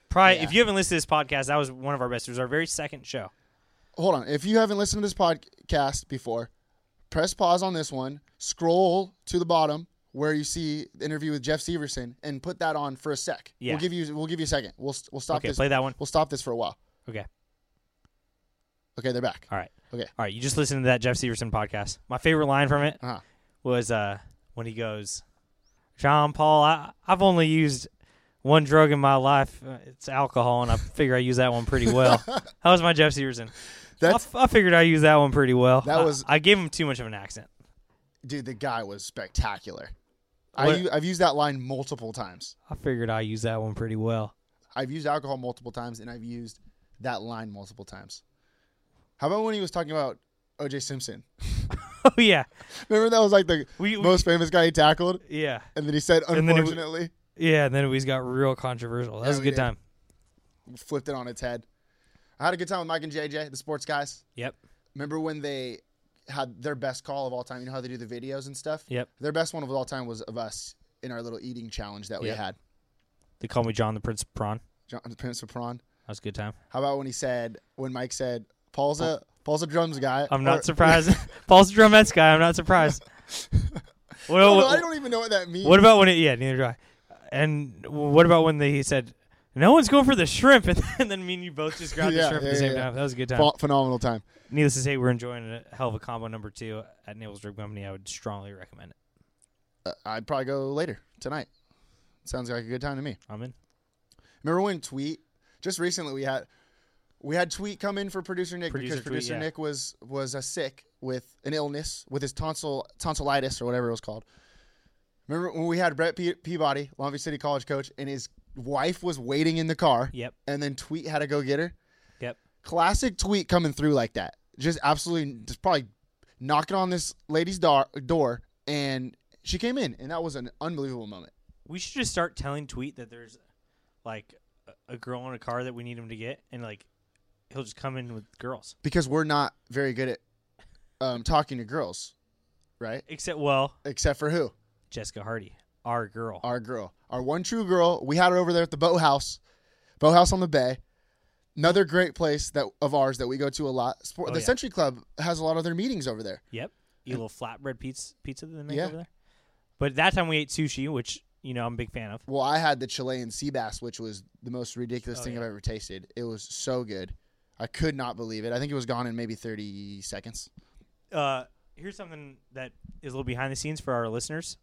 D: Probably, if you haven't listened to this podcast, that was one of our best. It was our very second show.
C: Hold on. If you haven't listened to this podcast before, press pause on this one, scroll to the bottom where you see the interview with Jeff Severson, and put that on for a sec.
D: Yeah.
C: We'll give you we'll give you a second. We'll we'll stop
D: Okay,
C: this.
D: play that one.
C: We'll stop this for a while.
D: Okay,
C: Okay, they're back.
D: all right,
C: Okay.
D: all right. You just listened to that Jeff Severson podcast. My favorite line from it
C: Uh-huh.
D: was uh, when he goes, "John Paul, I, I've only used one drug in my life. Uh, It's alcohol, and I figure I use that one pretty well." that was my Jeff Severson. I,
C: That's
D: f- I figured I used that one pretty well.
C: That
D: I-
C: was-
D: I gave him too much of an accent.
C: dude, the guy was spectacular. I
D: What-
C: u- I've used that line multiple times.
D: I figured I used that one pretty well.
C: I've used alcohol multiple times, and I've used that line multiple times. How about when he was talking about O.J. Simpson?
D: Oh yeah,
C: Remember that was like the
D: We- we-
C: most famous guy he tackled,
D: yeah,
C: and then he said,
D: And then it w-
C: unfortunately.
D: yeah. And then we got real controversial. That was a
C: we
D: good
C: did.
D: time.
C: flipped it on its head. I had a good time with Mike and JJ, the sports guys.
D: Yep.
C: Remember when they had their best call of all time? You know how they do the videos and stuff?
D: Yep.
C: Their best one of all time was of us in our little eating challenge that we
D: Yep.
C: had.
D: They call me John the Prince of Prawn.
C: John the Prince of Prawn.
D: That was a good time.
C: How about when he said, when Mike said, Paul's a, Paul's a drums guy.
D: I'm
C: or-
D: not surprised. Paul's a drumettes guy. I'm not surprised. What,
C: No, no,
D: what-
C: Oh, I don't even know what that means.
D: what about when it? Yeah, neither do I. And what about when they, he said, "No one's going for the shrimp," and then, and then me and you both just grabbed the
C: Yeah,
D: shrimp at
C: yeah,
D: the same
C: yeah, yeah.
D: time. That was a good time.
C: Ph- phenomenal time.
D: Needless to say, we're enjoying a hell of a combo number two at Nail's Rib Company. I would strongly recommend it.
C: Uh, I'd probably go later tonight. Sounds like a good time to me.
D: I'm in.
C: Remember when Tweet just recently we had we had Tweet come in for producer Nick
D: Producer
C: because
D: Tweet,
C: producer
D: yeah.
C: Nick was was uh, sick with an illness with his tonsil tonsillitis or whatever it was called. Remember when we had Brett Pe- Peabody, Long Beach City College coach, and his wife was waiting in the car.
D: Yep.
C: And then Tweet had to go get her.
D: Yep.
C: Classic Tweet coming through like that, just absolutely just probably knocking on this lady's door door, and she came in, and that was an unbelievable moment.
D: We should just start telling Tweet that there's like a- a girl in a car that we need him to get, and like he'll just come in with girls.
C: because we're not very good at um, talking to girls, right?
D: Except, well,
C: Except for who?
D: Jessica Hardy, our girl.
C: Our girl, our one true girl. We had her over there at the boathouse, boathouse on the bay. Another great place that of ours that we go to a lot. Sport,
D: Oh,
C: the
D: yeah.
C: Century Club has a lot of their meetings over there.
D: Yep. Eat a little flatbread pizza pizza that they make
C: Yeah.
D: over there. But that time we ate sushi, which you know I'm a big fan of.
C: Well, I had the Chilean sea bass, which was the most
D: Oh,
C: ridiculous thing I've ever tasted. It was so good. I could not believe it. I think it was gone in maybe 30 seconds.
D: Uh, here's something that is a little behind the scenes for our listeners.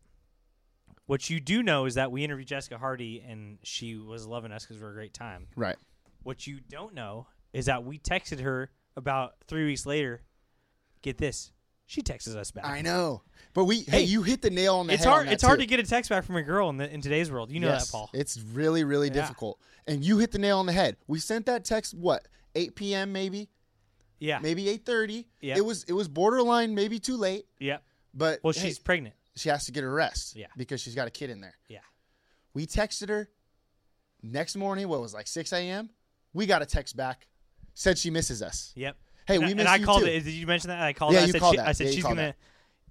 D: What you do know is that we interviewed Jessica Hardy and she was loving us because we're a great time.
C: Right.
D: What you don't know is that we texted her about three weeks later. Get this, she texts us back.
C: I know. But we, hey,
D: Hey,
C: you hit the nail on the
D: it's
C: head. on
D: hard.
C: that
D: It's hard
C: too.
D: to get a text back from a girl in, the, in today's world. You know
C: Yes,
D: that, Paul.
C: It's really, really difficult. And you hit the nail on the head. We sent that text what 8 p.m. maybe,
D: yeah.
C: maybe 8:30.
D: Yeah.
C: It was it was borderline, maybe too late.
D: Yeah.
C: But
D: Well,
C: hey,
D: she's pregnant.
C: she has to get a rest.
D: Yeah.
C: Because she's got a kid in there.
D: Yeah.
C: We texted her. Next morning, what was it, like 6 a.m. We got a text back. Said she misses us.
D: Yep.
C: Hey,
D: and
C: we
D: I,
C: missed
D: and I
C: you
D: called
C: too.
D: it. Did you mention that? I called.
C: Yeah,
D: it. I
C: you
D: said
C: called
D: she,
C: that.
D: I said
C: Yeah, you
D: she's
C: called
D: gonna.
C: that.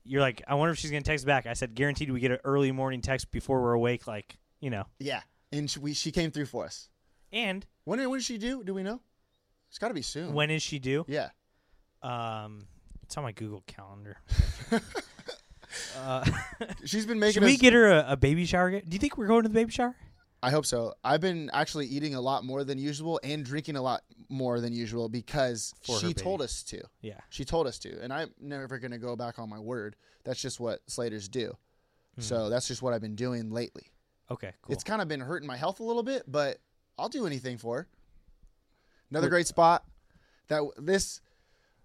D: You're like, I wonder if she's gonna text back. I said, guaranteed we get an early morning text before we're awake. Like, you know.
C: Yeah. And she, we, she came through for us.
D: And
C: When did, when did she do? Do we know? It's got to be soon.
D: when is she due?
C: Yeah.
D: Um, it's on my Google Calendar.
C: She's been making
D: Should we
C: us-
D: get her a, a baby shower? gift? Do you think we're going to the baby shower?
C: I hope so. I've been actually eating a lot more than usual and drinking a lot more than usual because
D: For her
C: she
D: baby.
C: told us to.
D: Yeah.
C: She told us to. And I'm never going to go back on my word. That's just what Slaters do. So that's just what I've been doing lately.
D: Okay. Hmm. Cool.
C: It's kind of been hurting my health a little bit, but I'll do anything for her. Another great spot. That this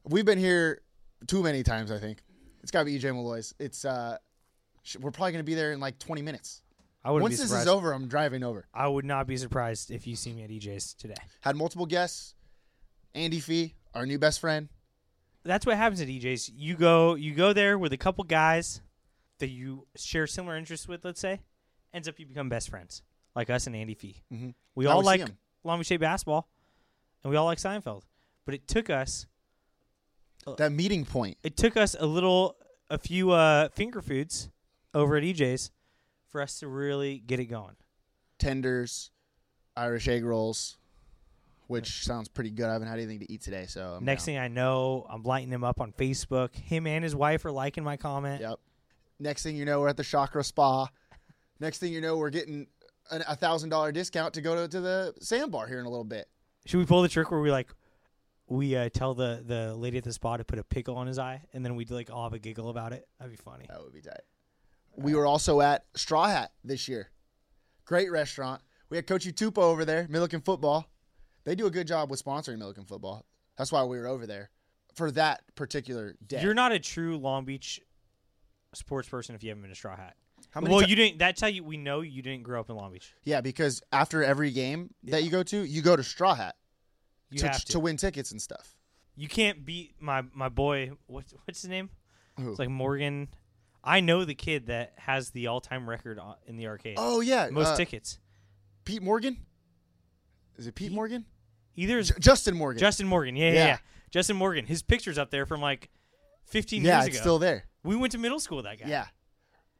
C: we've been here too many times, I think. It's got to be EJ Malloy's. It's uh sh- we're probably going to be there in like 20 minutes.
D: I would
C: Once
D: be
C: this
D: surprised.
C: is over, I'm driving over.
D: I would not be surprised if you see me at EJ's today.
C: had multiple guests. Andy Fee, our new best friend.
D: That's what happens at EJ's. You go. You go there with a couple guys that you share similar interests with. Let's say, ends up you become best friends, like us and Andy Fee. Mm-hmm. We
C: Now
D: all
C: we see
D: like
C: him.
D: Long Beach State basketball, and we all like Seinfeld. But it took us. Oh.
C: That meeting point.
D: It took us a little, a few uh, finger foods over at EJ's for us to really get it going.
C: Tenders, Irish egg rolls, which sounds pretty good. I haven't had anything to eat today, so I'm
D: Next
C: down.
D: thing I know, I'm lighting him up on Facebook. Him and his wife are liking my comment.
C: Yep. Next thing you know, we're at the Chakra Spa. Next thing you know, we're getting an- a thousand dollar discount to go to, to the sandbar here in a little bit.
D: Should we pull the trick where we like we uh, tell the the lady at the spa to put a pickle on his eye, and then we'd like all have a giggle about it? That'd be funny.
C: That would be tight. We were also at Straw Hat this year. Great restaurant. We had Coach Utupa over there, Milliken Football. They do a good job with sponsoring Milliken Football. That's why we were over there for that particular day.
D: You're not a true Long Beach sports person if you haven't been to Straw Hat.
C: How many
D: Well,
C: ti-
D: you didn't. That's how you we know you didn't grow up in Long Beach.
C: yeah, because after every game that you go to, you go to Straw Hat
D: You
C: to,
D: have
C: to.
D: to.
C: win tickets and stuff.
D: You can't beat my my boy. What's what's his name?
C: Who?
D: It's like Morgan. I know the kid that has the all time record on- in the arcade.
C: Oh yeah,
D: most
C: uh,
D: tickets.
C: Pete Morgan. Is it Pete Morgan?
D: Either is
C: J- Justin Morgan.
D: Justin Morgan. Yeah, yeah,
C: Yeah.
D: yeah. Justin Morgan. His picture's up there from like 15
C: yeah,
D: years
C: it's
D: ago.
C: still there.
D: we went to middle school with that guy.
C: Yeah,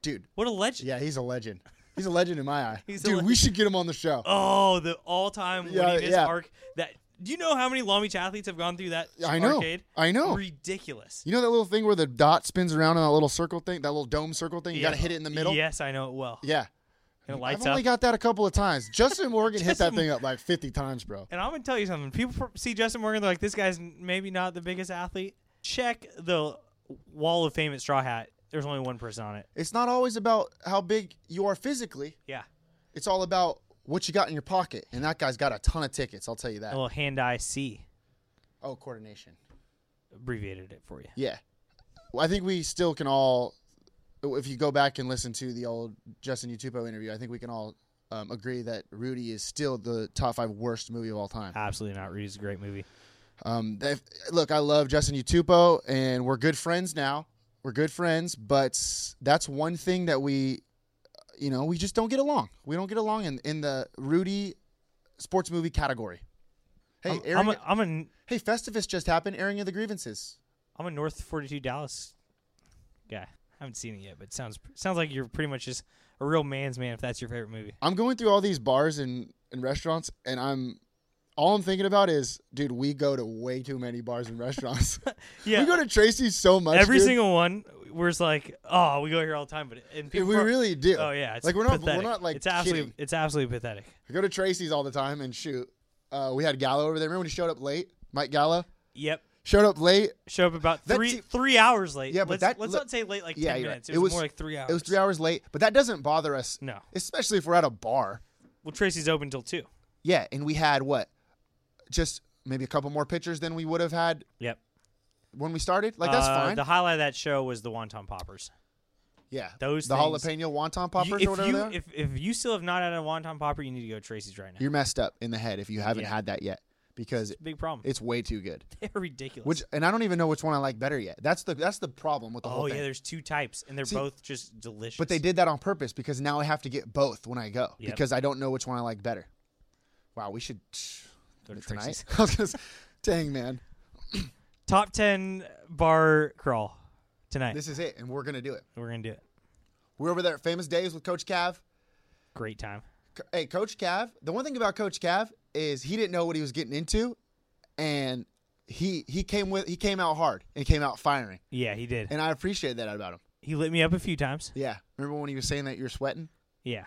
C: dude.
D: What a legend.
C: Yeah, he's a legend. He's a legend in my eye.
D: He's a
C: dude, we
D: legend.
C: should get him on the show.
D: Oh, the all-time
C: Yeah,
D: winningest
C: yeah.
D: arc. That do you know how many Long Beach athletes have gone through that?
C: I know.
D: Arcade?
C: I know.
D: Ridiculous.
C: You know that little thing where the dot spins around in that little circle thing, that little dome circle thing? You got to hit it in the middle?
D: Yes, I know it well.
C: Yeah.
D: and it
C: I've
D: lights
C: only
D: up.
C: got that a couple of times. Justin Morgan hit that thing up like 50 times, bro.
D: and I'm gonna tell you something. People fr- see Justin Morgan, they're like, this guy's n- maybe not the biggest athlete. Check the Wall of Fame at Straw Hat. There's only one person on it.
C: It's not always about how big you are physically.
D: Yeah,
C: It's all about what you got in your pocket. And that guy's got a ton of tickets. I'll tell you
D: a
C: that.
D: little hand-eye C
C: Oh, coordination.
D: abbreviated it for you.
C: Yeah. Well, I think we still can all, if you go back and listen to the old Justin Utupo interview, I think we can all um, agree that Rudy is still the top five worst movie of all time.
D: Absolutely not. Rudy's a great movie.
C: Um, they've- look, I love Justin Utupo, and we're good friends now. We're good friends, but that's one thing that we, uh, you know, we just don't get along. We don't get along in, in the Rudy sports movie category. Hey, airing,
D: I'm a, I'm a n-
C: hey, Festivus just happened. Airing of the grievances.
D: I'm a North 42 Dallas guy. I haven't seen it yet, but it sounds sounds like you're pretty much just a real man's man if that's your favorite movie.
C: I'm going through all these bars and, and restaurants, and I'm all I'm thinking about is, dude, we go to way too many bars and restaurants.
D: Yeah.
C: we go to Tracy's so much.
D: Every
C: dude.
D: single one, we're just like, oh, we go here all the time, but and
C: Dude,
D: people
C: we
D: are-
C: really do.
D: Oh yeah, it's
C: like we're not
D: pathetic.
C: we're not like
D: it's absolutely
C: kidding.
D: it's absolutely pathetic.
C: I go to Tracy's all the time and shoot. Uh, we had Gallo over there. Remember when he showed up late? Mike Gallo
D: Yep,
C: showed up late.
D: show up about
C: That
D: three
C: te-
D: three hours late.
C: Yeah, but
D: let's,
C: that
D: let's
C: lo-
D: not say late like
C: yeah,
D: ten
C: you're
D: minutes.
C: right.
D: It, was, more like three hours.
C: It was three hours late, but that doesn't bother us.
D: No.
C: especially if we're at a bar.
D: Well, Tracy's open till two.
C: Yeah, and we had what? Just maybe a couple more pictures than we would have had
D: Yep,
C: when we started. Like that's
D: Uh,
C: fine.
D: The highlight of that show was the wonton poppers.
C: yeah,
D: those
C: the
D: things-
C: jalapeno wonton
D: You-
C: poppers
D: if
C: or whatever.
D: you
C: they are.
D: if if you still have not had a wonton popper, you need to go to Tracy's right now.
C: You're messed up in the head if you haven't had that yet because
D: Big problem.
C: it's way too good.
D: They're ridiculous.
C: Which and I don't even know which one I like better yet. That's the that's the problem with the
D: oh
C: whole thing.
D: yeah, there's two types, and they're both just delicious.
C: But they did that on purpose because now I have to get both when I go
D: Yep.
C: because I don't know which one I like better. Wow, we should
D: Go to
C: tonight.
D: Tracy's.
C: I was gonna say, Dang man,
D: Top ten bar crawl tonight.
C: this is it, and we're gonna do it.
D: We're gonna do it.
C: We're over there at Famous Days with Coach Cav.
D: Great time.
C: C- Hey, Coach Cav. The one thing about Coach Cav is he didn't know what he was getting into, and he he came with he came out hard and came out firing,
D: Yeah, he did.
C: and I appreciate that about him.
D: he lit me up a few times.
C: Yeah, remember when he was saying that you're sweating?
D: Yeah,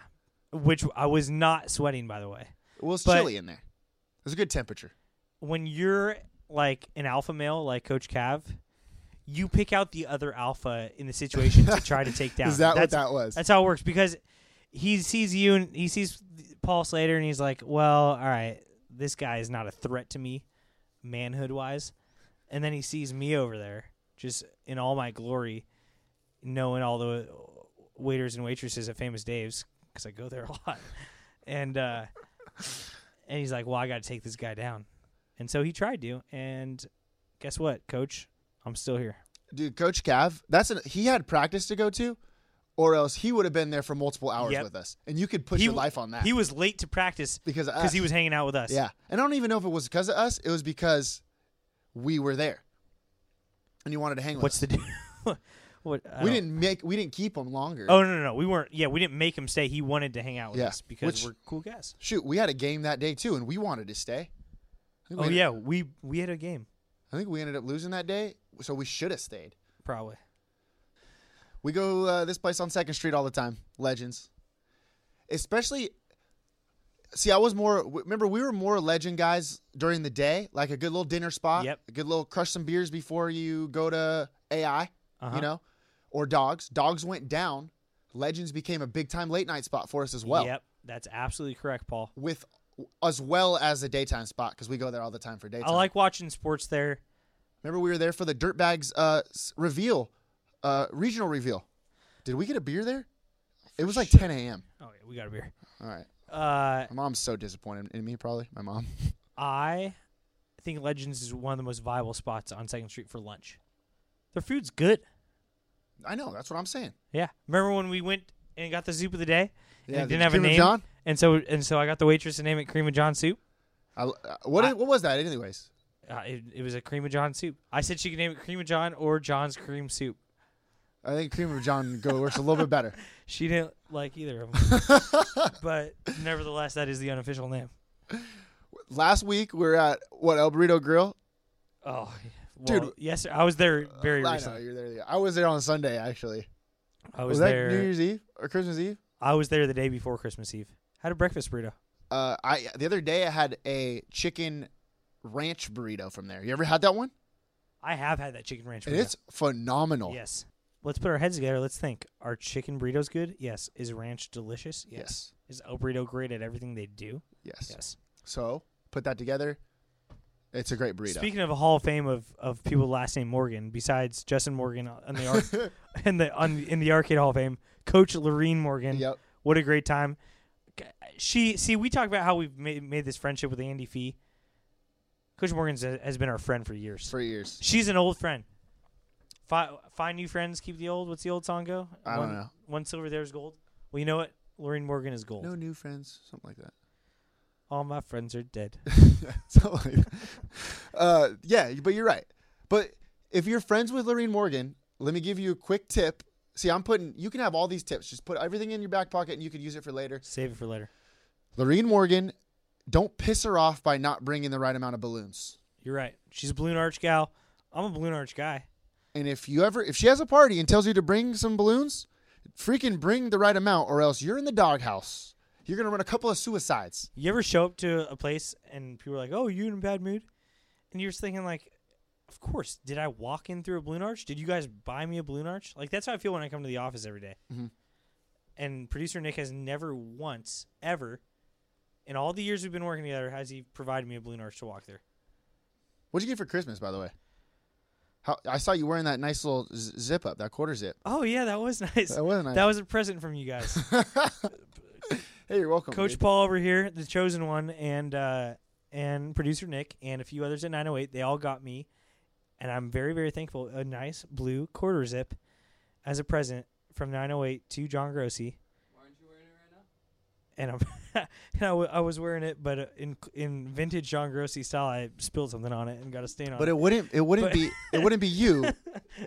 D: which I was not sweating by the way.
C: Well, it's
D: But-
C: chilly in there. It was a good temperature.
D: When you're like an alpha male, like Coach Cav, you pick out the other alpha in the situation to try to take down.
C: Is that what
D: That's-
C: that was?
D: That's how it works because he sees you and he sees Paul Slater and he's like, "Well, all right, this guy is not a threat to me, manhood wise." And then he sees me over there, just in all my glory, knowing all the waiters and waitresses at Famous Dave's because I go there a lot, and uh, and he's like, "Well, I got to take this guy down," and so he tried to, and guess what, Coach, I'm still here.
C: dude, Coach Cav, that's an he had practice to go to, or else he would have been there for multiple hours
D: Yep.
C: with us, and you could put your
D: w-
C: life on that.
D: He was late to practice
C: Because of
D: because he
C: us.
D: was hanging out with us.
C: yeah, and I don't even know if it was because of us; it was because we were there, and he wanted to hang with
D: What's
C: us.
D: the deal? what I
C: we
D: don't-
C: didn't make we didn't keep him longer.
D: Oh no, no, no. We weren't. Yeah, we didn't make him stay. He wanted to hang out with
C: Yeah,
D: us because
C: which-
D: we're cool guys.
C: shoot, we had a game that day too, and we wanted to stay. I think
D: Oh
C: we ended-
D: yeah, we we had a game
C: I think we ended up losing that day, so we should have stayed.
D: probably.
C: We go uh, this place on Second Street all the time. Legends, especially. See, I was more. Remember, we were more legend guys during the day, like a good little dinner spot.
D: Yep.
C: A good little crush some beers before you go to AI.
D: Uh-huh.
C: You know, or dogs. Dogs went down. Legends became a big time late night spot for us as well.
D: yep, that's absolutely correct, Paul.
C: With as well as the daytime spot because we go there all the time for daytime.
D: I like watching sports there.
C: Remember, we were there for the Dirtbags uh, s- reveal, uh, regional reveal. Did we get a beer there? It was like 10 a.m.
D: Oh yeah, we got a beer.
C: All right.
D: Uh,
C: My mom's so disappointed in me, probably. My mom.
D: I think Legends is one of the most viable spots on Second Street for lunch. Their food's good.
C: I know. That's what I'm saying.
D: Yeah. Remember when we went and got the soup of the day? And
C: Yeah,
D: it
C: the
D: didn't have
C: Cream
D: a
C: of
D: name.
C: John?
D: And so and so I got the waitress to name it Cream of John soup.
C: I, uh, what,
D: I-
C: what was that, anyways?
D: Uh, it, it was a cream of John soup. I said she could name it cream of John or John's cream soup.
C: I think Cream of John go works a little bit better.
D: She didn't like either of them, but nevertheless, that is the unofficial name.
C: Last week, we were at, what, El Burrito Grill?
D: Oh, well,
C: Dude.
D: dude! Yes, I was there very
C: I know.
D: recently.
C: You're there. I was there on Sunday, actually.
D: I was,
C: Was, that
D: there.
C: New Year's Eve or Christmas Eve?
D: I was there the day before Christmas Eve. Had a breakfast burrito.
C: Uh, I the other day I had a chicken ranch burrito from there. You ever had that one?
D: I have had that chicken ranch burrito.
C: And it's phenomenal.
D: Yes. Let's put our heads together. Let's think. Are chicken burritos good? Yes. Is ranch delicious?
C: Yes.
D: Is El Burrito great at everything they do?
C: Yes.
D: Yes.
C: So put that together. It's a great burrito.
D: Speaking of a Hall of Fame of, of people last name Morgan, besides Justin Morgan on the arc, in the on, in the Arcade Hall of Fame, Coach Lorene Morgan.
C: Yep.
D: What a great time. She see we talk about how we've made, made this friendship with Andy Fee. Coach Morgan has been our friend for years.
C: for years.
D: She's an old friend. Fi- find new friends, keep the old. What's the old song go?
C: I don't
D: One-
C: know.
D: One silver, there's gold. Well, you know what? Lorraine Morgan is gold.
C: No new friends, something like that.
D: All my friends are dead.
C: Something like that. Uh, yeah, but you're right. But if you're friends with Lorene Morgan, let me give you a quick tip. See, I'm putting. You can have all these tips. Just put everything in your back pocket, and you could use it for later.
D: Save it for later.
C: Lorene Morgan, don't piss her off by not bringing the right amount of balloons.
D: You're right. She's a balloon arch gal. I'm a balloon arch guy.
C: And if you ever, if she has a party and tells you to bring some balloons, freaking bring the right amount, or else you're in the doghouse. You're gonna run a couple of suicides.
D: You ever show up to a place and people are like, "Oh, you in a bad mood?" And you're just thinking like, "Of course. Did I walk in through a balloon arch? Did you guys buy me a balloon arch?" Like that's how I feel when I come to the office every day. And producer Nick has never once ever in all the years we've been working together has he provided me a balloon arch to walk through.
C: What'd you get for Christmas, by the way? How, I saw you wearing that nice little z- zip up, that quarter zip.
D: Oh yeah, that was nice.
C: That was nice.
D: That was a present from you guys.
C: Hey, you're welcome,
D: Coach
C: dude.
D: Paul over here, the chosen one, and uh, and producer Nick and a few others at 908. They all got me, and I'm very very thankful. A nice blue quarter zip as a present from 908 to John Grossi. Why aren't you wearing it right now? And I'm and I, w- I was wearing it, but uh, in in vintage John Grossi style, I spilled something on it and got a stain on
C: But
D: it.
C: it wouldn't. It wouldn't
D: But-
C: be. It wouldn't be you.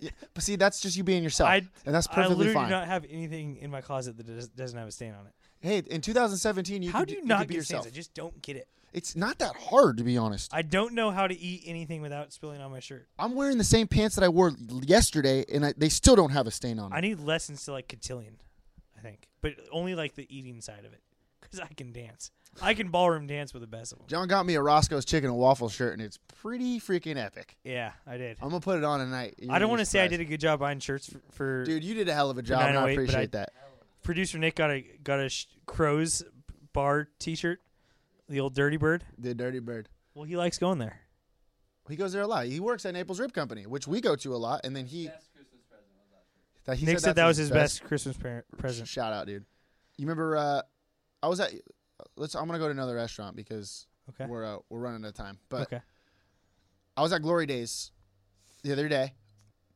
C: Yeah, But see, that's just you being yourself,
D: I
C: and that's
D: I
C: perfectly
D: literally
C: fine.
D: do not have anything in my closet that does, doesn't have a stain on it.
C: hey, in 2017, you
D: How
C: could
D: do you
C: could
D: not
C: be
D: get stains?
C: yourself.
D: I just don't get it.
C: It's not that hard, to be honest.
D: I don't know how to eat anything without spilling on my shirt.
C: I'm wearing the same pants that I wore yesterday, and I, they still don't have a stain on
D: I
C: them.
D: need lessons to like cotillion, I think, but only like the eating side of it, because I can dance. I can ballroom dance with the best of them.
C: John got me a Roscoe's chicken and waffle shirt, and it's pretty freaking epic.
D: Yeah, I did.
C: I'm gonna put it on tonight. You're
D: I
C: gonna
D: don't
C: be
D: want to say I did
C: surprised.
D: a good job buying shirts for, for
C: Dude, you did a hell of a job, and I
D: 908, but
C: appreciate
D: I-
C: that.
D: producer Nick. Got a got a sh- crows bar T-shirt, the old Dirty Bird.
C: The Dirty Bird.
D: Well, he likes going there.
C: He goes there a lot. He works at Naples Rib Company, which we go to a lot, and then he. That he
D: Nick said
C: that's
D: that was his best, Christmas par- present.
C: Shout out, dude. You remember? Uh, I was at. Let's. I'm gonna go to another restaurant because
D: Okay.
C: we're uh, we're running out of time. But
D: Okay.
C: I was at Glory Days the other day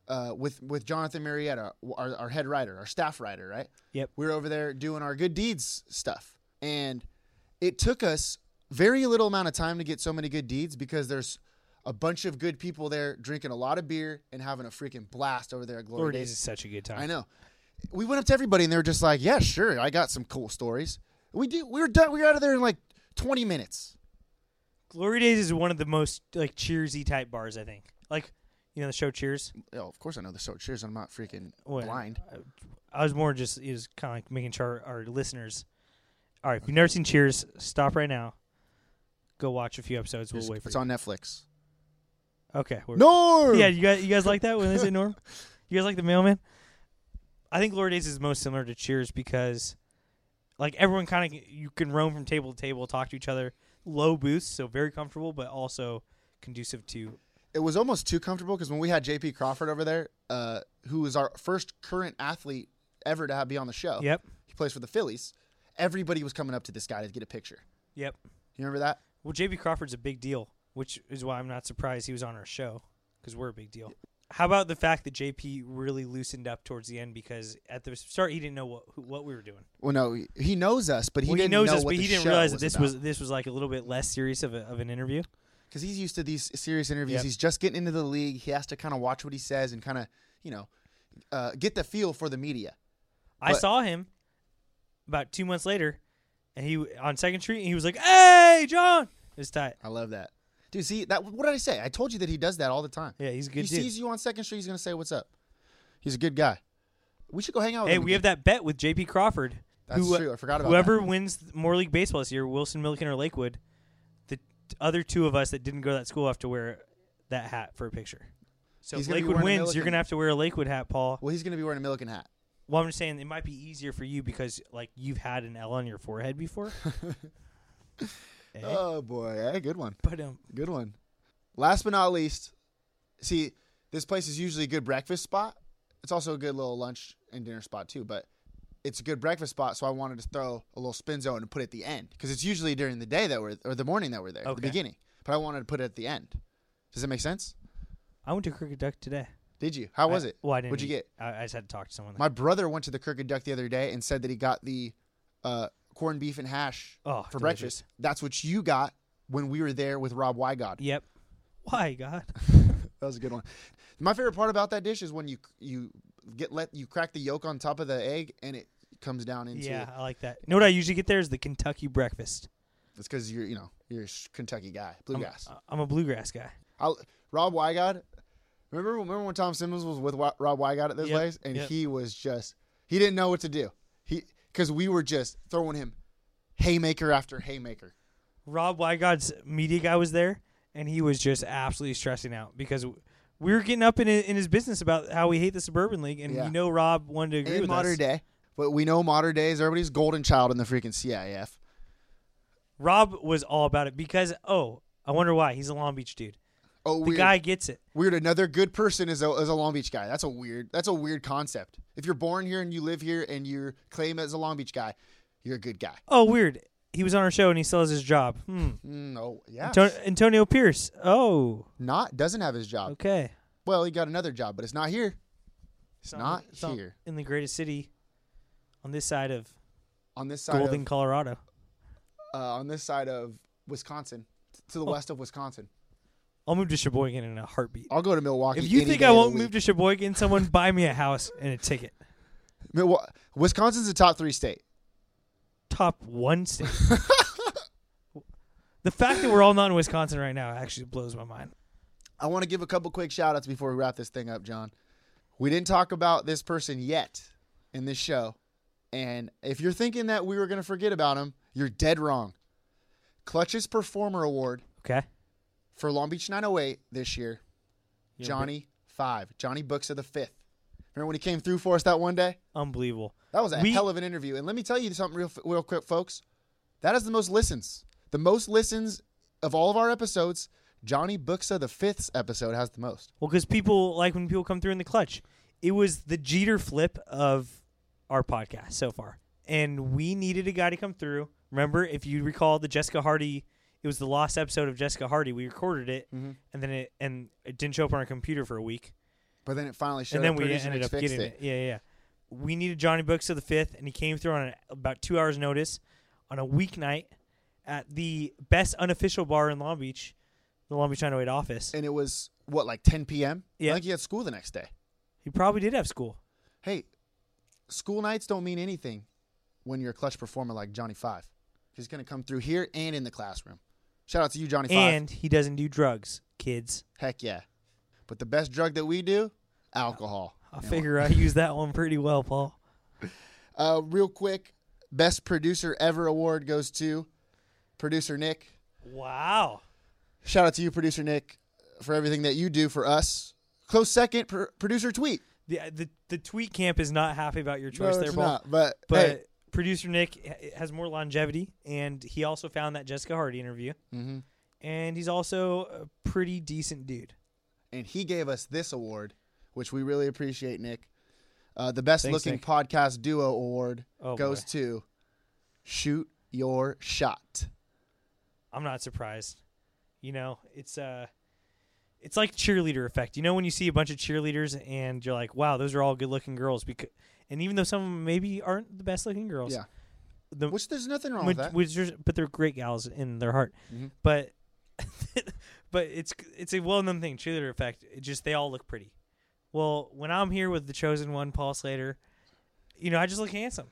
C: uh, with with Jonathan Marietta, our, our head writer, our staff writer, right?
D: Yep.
C: We were over there doing our good deeds stuff, and it took us very little amount of time to get so many good deeds because there's a bunch of good people there drinking a lot of beer and having a freaking blast over there at Glory,
D: Lord
C: Days.
D: Days is such a good time.
C: I know. We went up to everybody and they were just like, "Yeah, sure, I got some cool stories." We did. We were done. We were out of there in like 20 minutes.
D: Glory Days is one of the most like Cheersy type bars. I think. Like, you know, the show Cheers.
C: Oh, of course I know the so cheers. I'm not freaking
D: What? Uh,
C: blind.
D: I was more just is kind of like making sure our listeners. All right, if you've never seen Cheers, stop right now. Go watch a few episodes. We'll
C: Just-
D: wait for
C: it's
D: you.
C: on Netflix.
D: okay. we're-
C: Norm.
D: Yeah, you guys, you guys like that when they say Norm? You guys like the mailman? I think Glory Days is most similar to Cheers because, like, everyone kind of you can roam from table to table, talk to each other, low booths, so very comfortable, but also conducive to.
C: It was almost too comfortable because when we had JP Crawford over there, uh, who was our first current athlete ever to have, be on the show.
D: Yep.
C: He plays for the Phillies. Everybody was coming up to this guy to get a picture.
D: Yep.
C: You remember that?
D: Well, JB Crawford's a big deal, which is why I'm not surprised he was on our show because we're a big deal. How about the fact that JP really loosened up towards the end because at the start he didn't know what who, what we were doing.
C: Well, no, he- he knows us, but he
D: well, he
C: didn't
D: knows
C: know
D: us,
C: what
D: but
C: the
D: he didn't
C: show
D: realize that
C: was
D: this
C: about.
D: was this was like a little bit less serious of, a, of an interview.
C: because he's used to these serious interviews.
D: Yep.
C: He's just getting into the league. He has to kind of watch what he says and kind of, you know, uh, get the feel for the media.
D: I
C: But-
D: saw him about two months later, and he on Second Street, and he was like, "Hey, John!" It was tight.
C: I love that, dude. See that? What did I say? I told you that he does that all the time.
D: Yeah, he's a
C: He
D: good dude.
C: sees you on Second Street. He's gonna say what's up. He's a Oh, good guy. We should go hang out. with
D: Hey,
C: him
D: we have
C: again.
D: that bet with JP Crawford
C: That's
D: Who- uh,
C: true. I forgot about
D: Whoever wins more league baseball this year, Wilson, Milliken, or Lakewood, the t- other two of us that didn't go to that school have to wear that hat for a picture. So
C: He's
D: if
C: gonna be
D: Lakewood
C: wearing a
D: wins, you're
C: Milliken.
D: gonna have to wear a Lakewood hat, Paul.
C: Well, he's going to be wearing a Milliken hat.
D: Well, I'm just saying it might be easier for you because like you've had an L on your forehead before. Eh?
C: Oh boy, hey, good one,
D: but um,
C: good one. Last but not least, see, this place is usually a good breakfast spot. It's also a good little lunch and dinner spot too, but it's a good breakfast spot. So I wanted to throw a little spin zone and put it at the end because it's usually during the day that we're or the morning that we're there, the
D: Okay.
C: beginning. But I wanted to put it at the end. Does that make sense?
D: I went to Crooked Duck today.
C: Did you? How was
D: I-
C: it?
D: Well, I didn't.
C: What'd you
D: eat.
C: get?
D: I, I just had to talk to someone.
C: My brother went to the Crooked Duck the other day and said that he got the uh, corned beef and hash
D: Oh,
C: for
D: delicious.
C: breakfast. That's what you got when we were there with Rob Wygod.
D: yep. Why God?
C: That was a good one. My favorite part about that dish is when you you get let you crack the yolk on top of the egg and it comes down into.
D: yeah, I like that. You know what I usually get there is the Kentucky breakfast.
C: It's because you're you know you're a sh- Kentucky guy, bluegrass.
D: I- I'm a uh, bluegrass guy.
C: I'll, Rob Wygod. Remember remember when Tom Simmons was with Wa- Rob Wygod at this
D: Yep,
C: place and
D: yep.
C: he was just he didn't know what to do. He because we were just throwing him haymaker after haymaker.
D: Rob Wygod's media guy was there, and he was just absolutely stressing out because w- we were getting up in, in his business about how we hate the Suburban League, and
C: Yeah.
D: we know Rob wanted to agree
C: In
D: with
C: modern
D: us.
C: day, but we know modern days everybody's golden child in the freaking CIF.
D: Rob was all about it because, oh, I wonder why. He's a Long Beach dude.
C: Oh,
D: The
C: weird.
D: guy gets it.
C: Weird. Another good person is a, is a Long Beach guy. That's a weird. That's a weird concept. If you're born here and you live here and you're claim as a Long Beach guy, you're a good guy.
D: Oh, weird. He was on our show and he still has his job. Hmm.
C: No, Mm, oh, yeah,
D: Ton- Antonio Pierce. Oh,
C: not doesn't have his job.
D: okay.
C: Well, he got another job, but it's not here. It's not,
D: It's not
C: here
D: in the greatest city on this side of
C: on this side
D: Golden,
C: of
D: Colorado.
C: uh, on this side of Wisconsin, t- to the
D: Oh.
C: west of Wisconsin.
D: I'll move to Sheboygan in a heartbeat.
C: I'll go to Milwaukee.
D: If you
C: any
D: think
C: day
D: I
C: of the
D: won't move
C: week.
D: to Sheboygan, someone buy me a house and a ticket.
C: Milwa- Wisconsin's a top three state.
D: Top one state. the fact that we're all not in Wisconsin right now actually blows my mind.
C: I want to give a couple quick shout outs before we wrap this thing up, John. We didn't talk about this person yet in this show. And if you're thinking that we were going to forget about him, you're dead wrong. Clutch's Performer Award
D: Okay.
C: for Long Beach 908 this year, Johnny Five, Johnny Books of the Fifth. Remember when he came through for us that one day?
D: Unbelievable.
C: That was a
D: We-
C: hell of an interview. And let me tell you something real, real quick, folks. That is the most listens. The most listens of all of our episodes. Johnny Books of the Fifth's episode has the most.
D: Well, because people like when people come through in the clutch. It was the Jeter flip of our podcast so far, and we needed a guy to come through. Remember, if you recall, the Jessica Hardy. It was the lost episode of Jessica Hardy. We recorded it,
C: Mm-hmm.
D: and then it and it didn't show up on our computer for a week.
C: But then it finally showed
D: and then
C: up.
D: we
C: Producer
D: ended
C: Nick
D: up
C: fixed
D: getting it. Yeah, yeah, yeah. We needed Johnny Books of the fifth, and he came through on about two hours' notice on a weeknight at the best unofficial bar in Long Beach, the Long Beach 908 office.
C: And it was what, like 10 p.m.
D: Yeah.
C: I think he had school the next day.
D: He probably did have school.
C: Hey, school nights don't mean anything when you're a clutch performer like Johnny Five. He's gonna come through here and in the classroom. Shout out to you, Johnny Five.
D: And he doesn't do drugs, kids.
C: Heck yeah. But the best drug that we do, alcohol.
D: I figure I use that one pretty well, Paul.
C: Uh, real quick, best producer ever award goes to producer Nick.
D: Wow.
C: Shout out to you, producer Nick, for everything that you do for us. Close second, pr- producer Tweet.
D: The, the the tweet camp is not happy about your
C: No,
D: choice there,
C: it's
D: Paul.
C: not, but,
D: But
C: hey,
D: producer Nick h- has more longevity, and he also found that Jessica Hardy interview. Mm-hmm. And he's also a pretty decent dude.
C: and he gave us this award, which we really appreciate, Nick. Uh, the best
D: Thanks,
C: looking
D: Nick.
C: podcast duo award
D: Oh,
C: goes
D: boy.
C: to Shoot Your Shot.
D: I'm not surprised. You know, it's uh it's like cheerleader effect. You know when you see a bunch of cheerleaders and you're like, "Wow, those are all good-looking girls." Because and even though some of them maybe aren't the best-looking girls,
C: Yeah.
D: the
C: Which there's nothing wrong
D: which,
C: with that. Mm-hmm.
D: which is- but they're great gals in their heart. But but it's it's a well-known thing, cheerleader effect. It just they all look pretty. Well, when I'm here with the chosen one, Paul Slater, you know, I just look handsome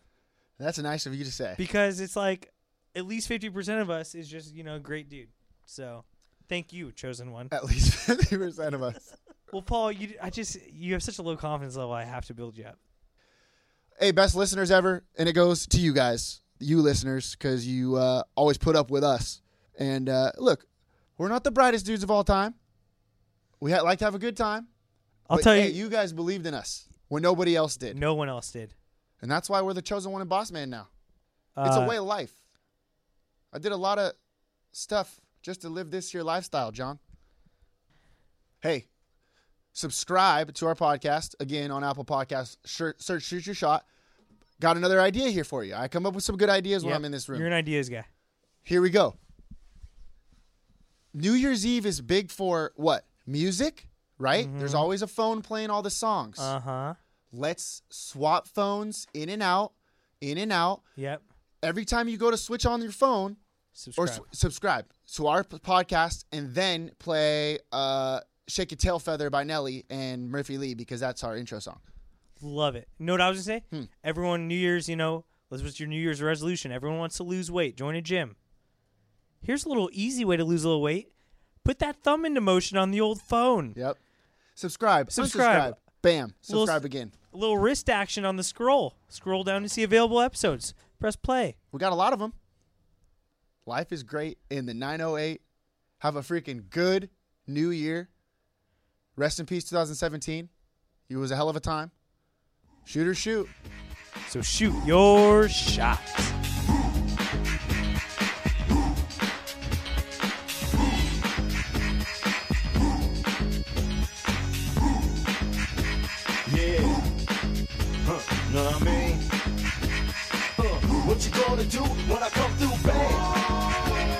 C: That's nice of you to say.
D: because it's like at least 50% of us is just you know a great dude so thank you chosen one
C: At least 50% of us.
D: well paul you i just you have such a low confidence level i have to build you up
C: hey, best listeners ever, and it goes to you guys, you listeners, because you uh, always put up with us. And uh, look, we're not the brightest dudes of all time. We ha- like to have a good time.
D: I'll
C: but,
D: tell
C: hey,
D: you,
C: you guys believed in us when nobody else did,
D: no one else did.
C: and that's why we're the chosen one in Boss Man now. It's
D: Uh,
C: a way of life. I did a lot of stuff just to live this here lifestyle, John. Hey, subscribe to our podcast again on Apple Podcasts. Shir- Search Shoot Your Shot. Got another idea here for you. I come up with some good ideas when
D: yep,
C: I'm in this room.
D: You're an ideas guy.
C: Here we go. New Year's Eve is big for what? Music, right? There's always a phone playing all the songs.
D: Mm-hmm. Uh huh.
C: Let's swap phones in and out, in and out.
D: Yep.
C: Every time you go to switch on your phone, or
D: Subscribe.
C: s- subscribe to our p- podcast and then play uh, Shake Your Tail Feather by Nelly and Murphy Lee because that's our intro song.
D: Love it. You know what I was gonna say? Everyone, New Year's, you know, this was your New Year's resolution. Everyone wants to lose weight. Join a gym. Here's a little easy way to lose a little weight. Put that thumb into motion on the old phone.
C: Yep. Subscribe.
D: Subscribe.
C: Unsubscribe. Bam.
D: Little s-
C: Subscribe again.
D: A little wrist action on the scroll. Scroll down to see available episodes. Press play.
C: We got a lot of them. Life is great in the 908. Have a freaking good new year. Rest in peace, 2017. It was a hell of a time. Shoot or shoot.
D: So shoot your shot.
E: Yeah. Huh. Know what I mean? Huh. What you gonna do when I come through, babe?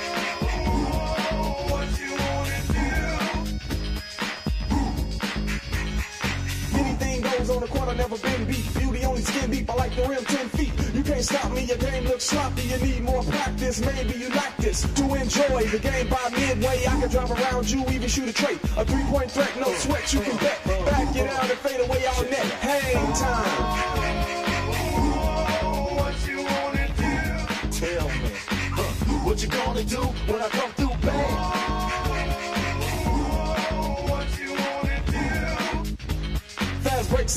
E: Anything goes on the court, I never been beat. You the only skin deep, I like the rim 10 feet. You can't stop me, your game looks sloppy. You need more practice, maybe you like this. To enjoy the game by midway, I can drive around you, even shoot a trait. A three point threat, no sweat, you can bet. Back it out and fade away on net. Hang time. Tell me, huh, what you gonna do when I come through, babe? Fast breaks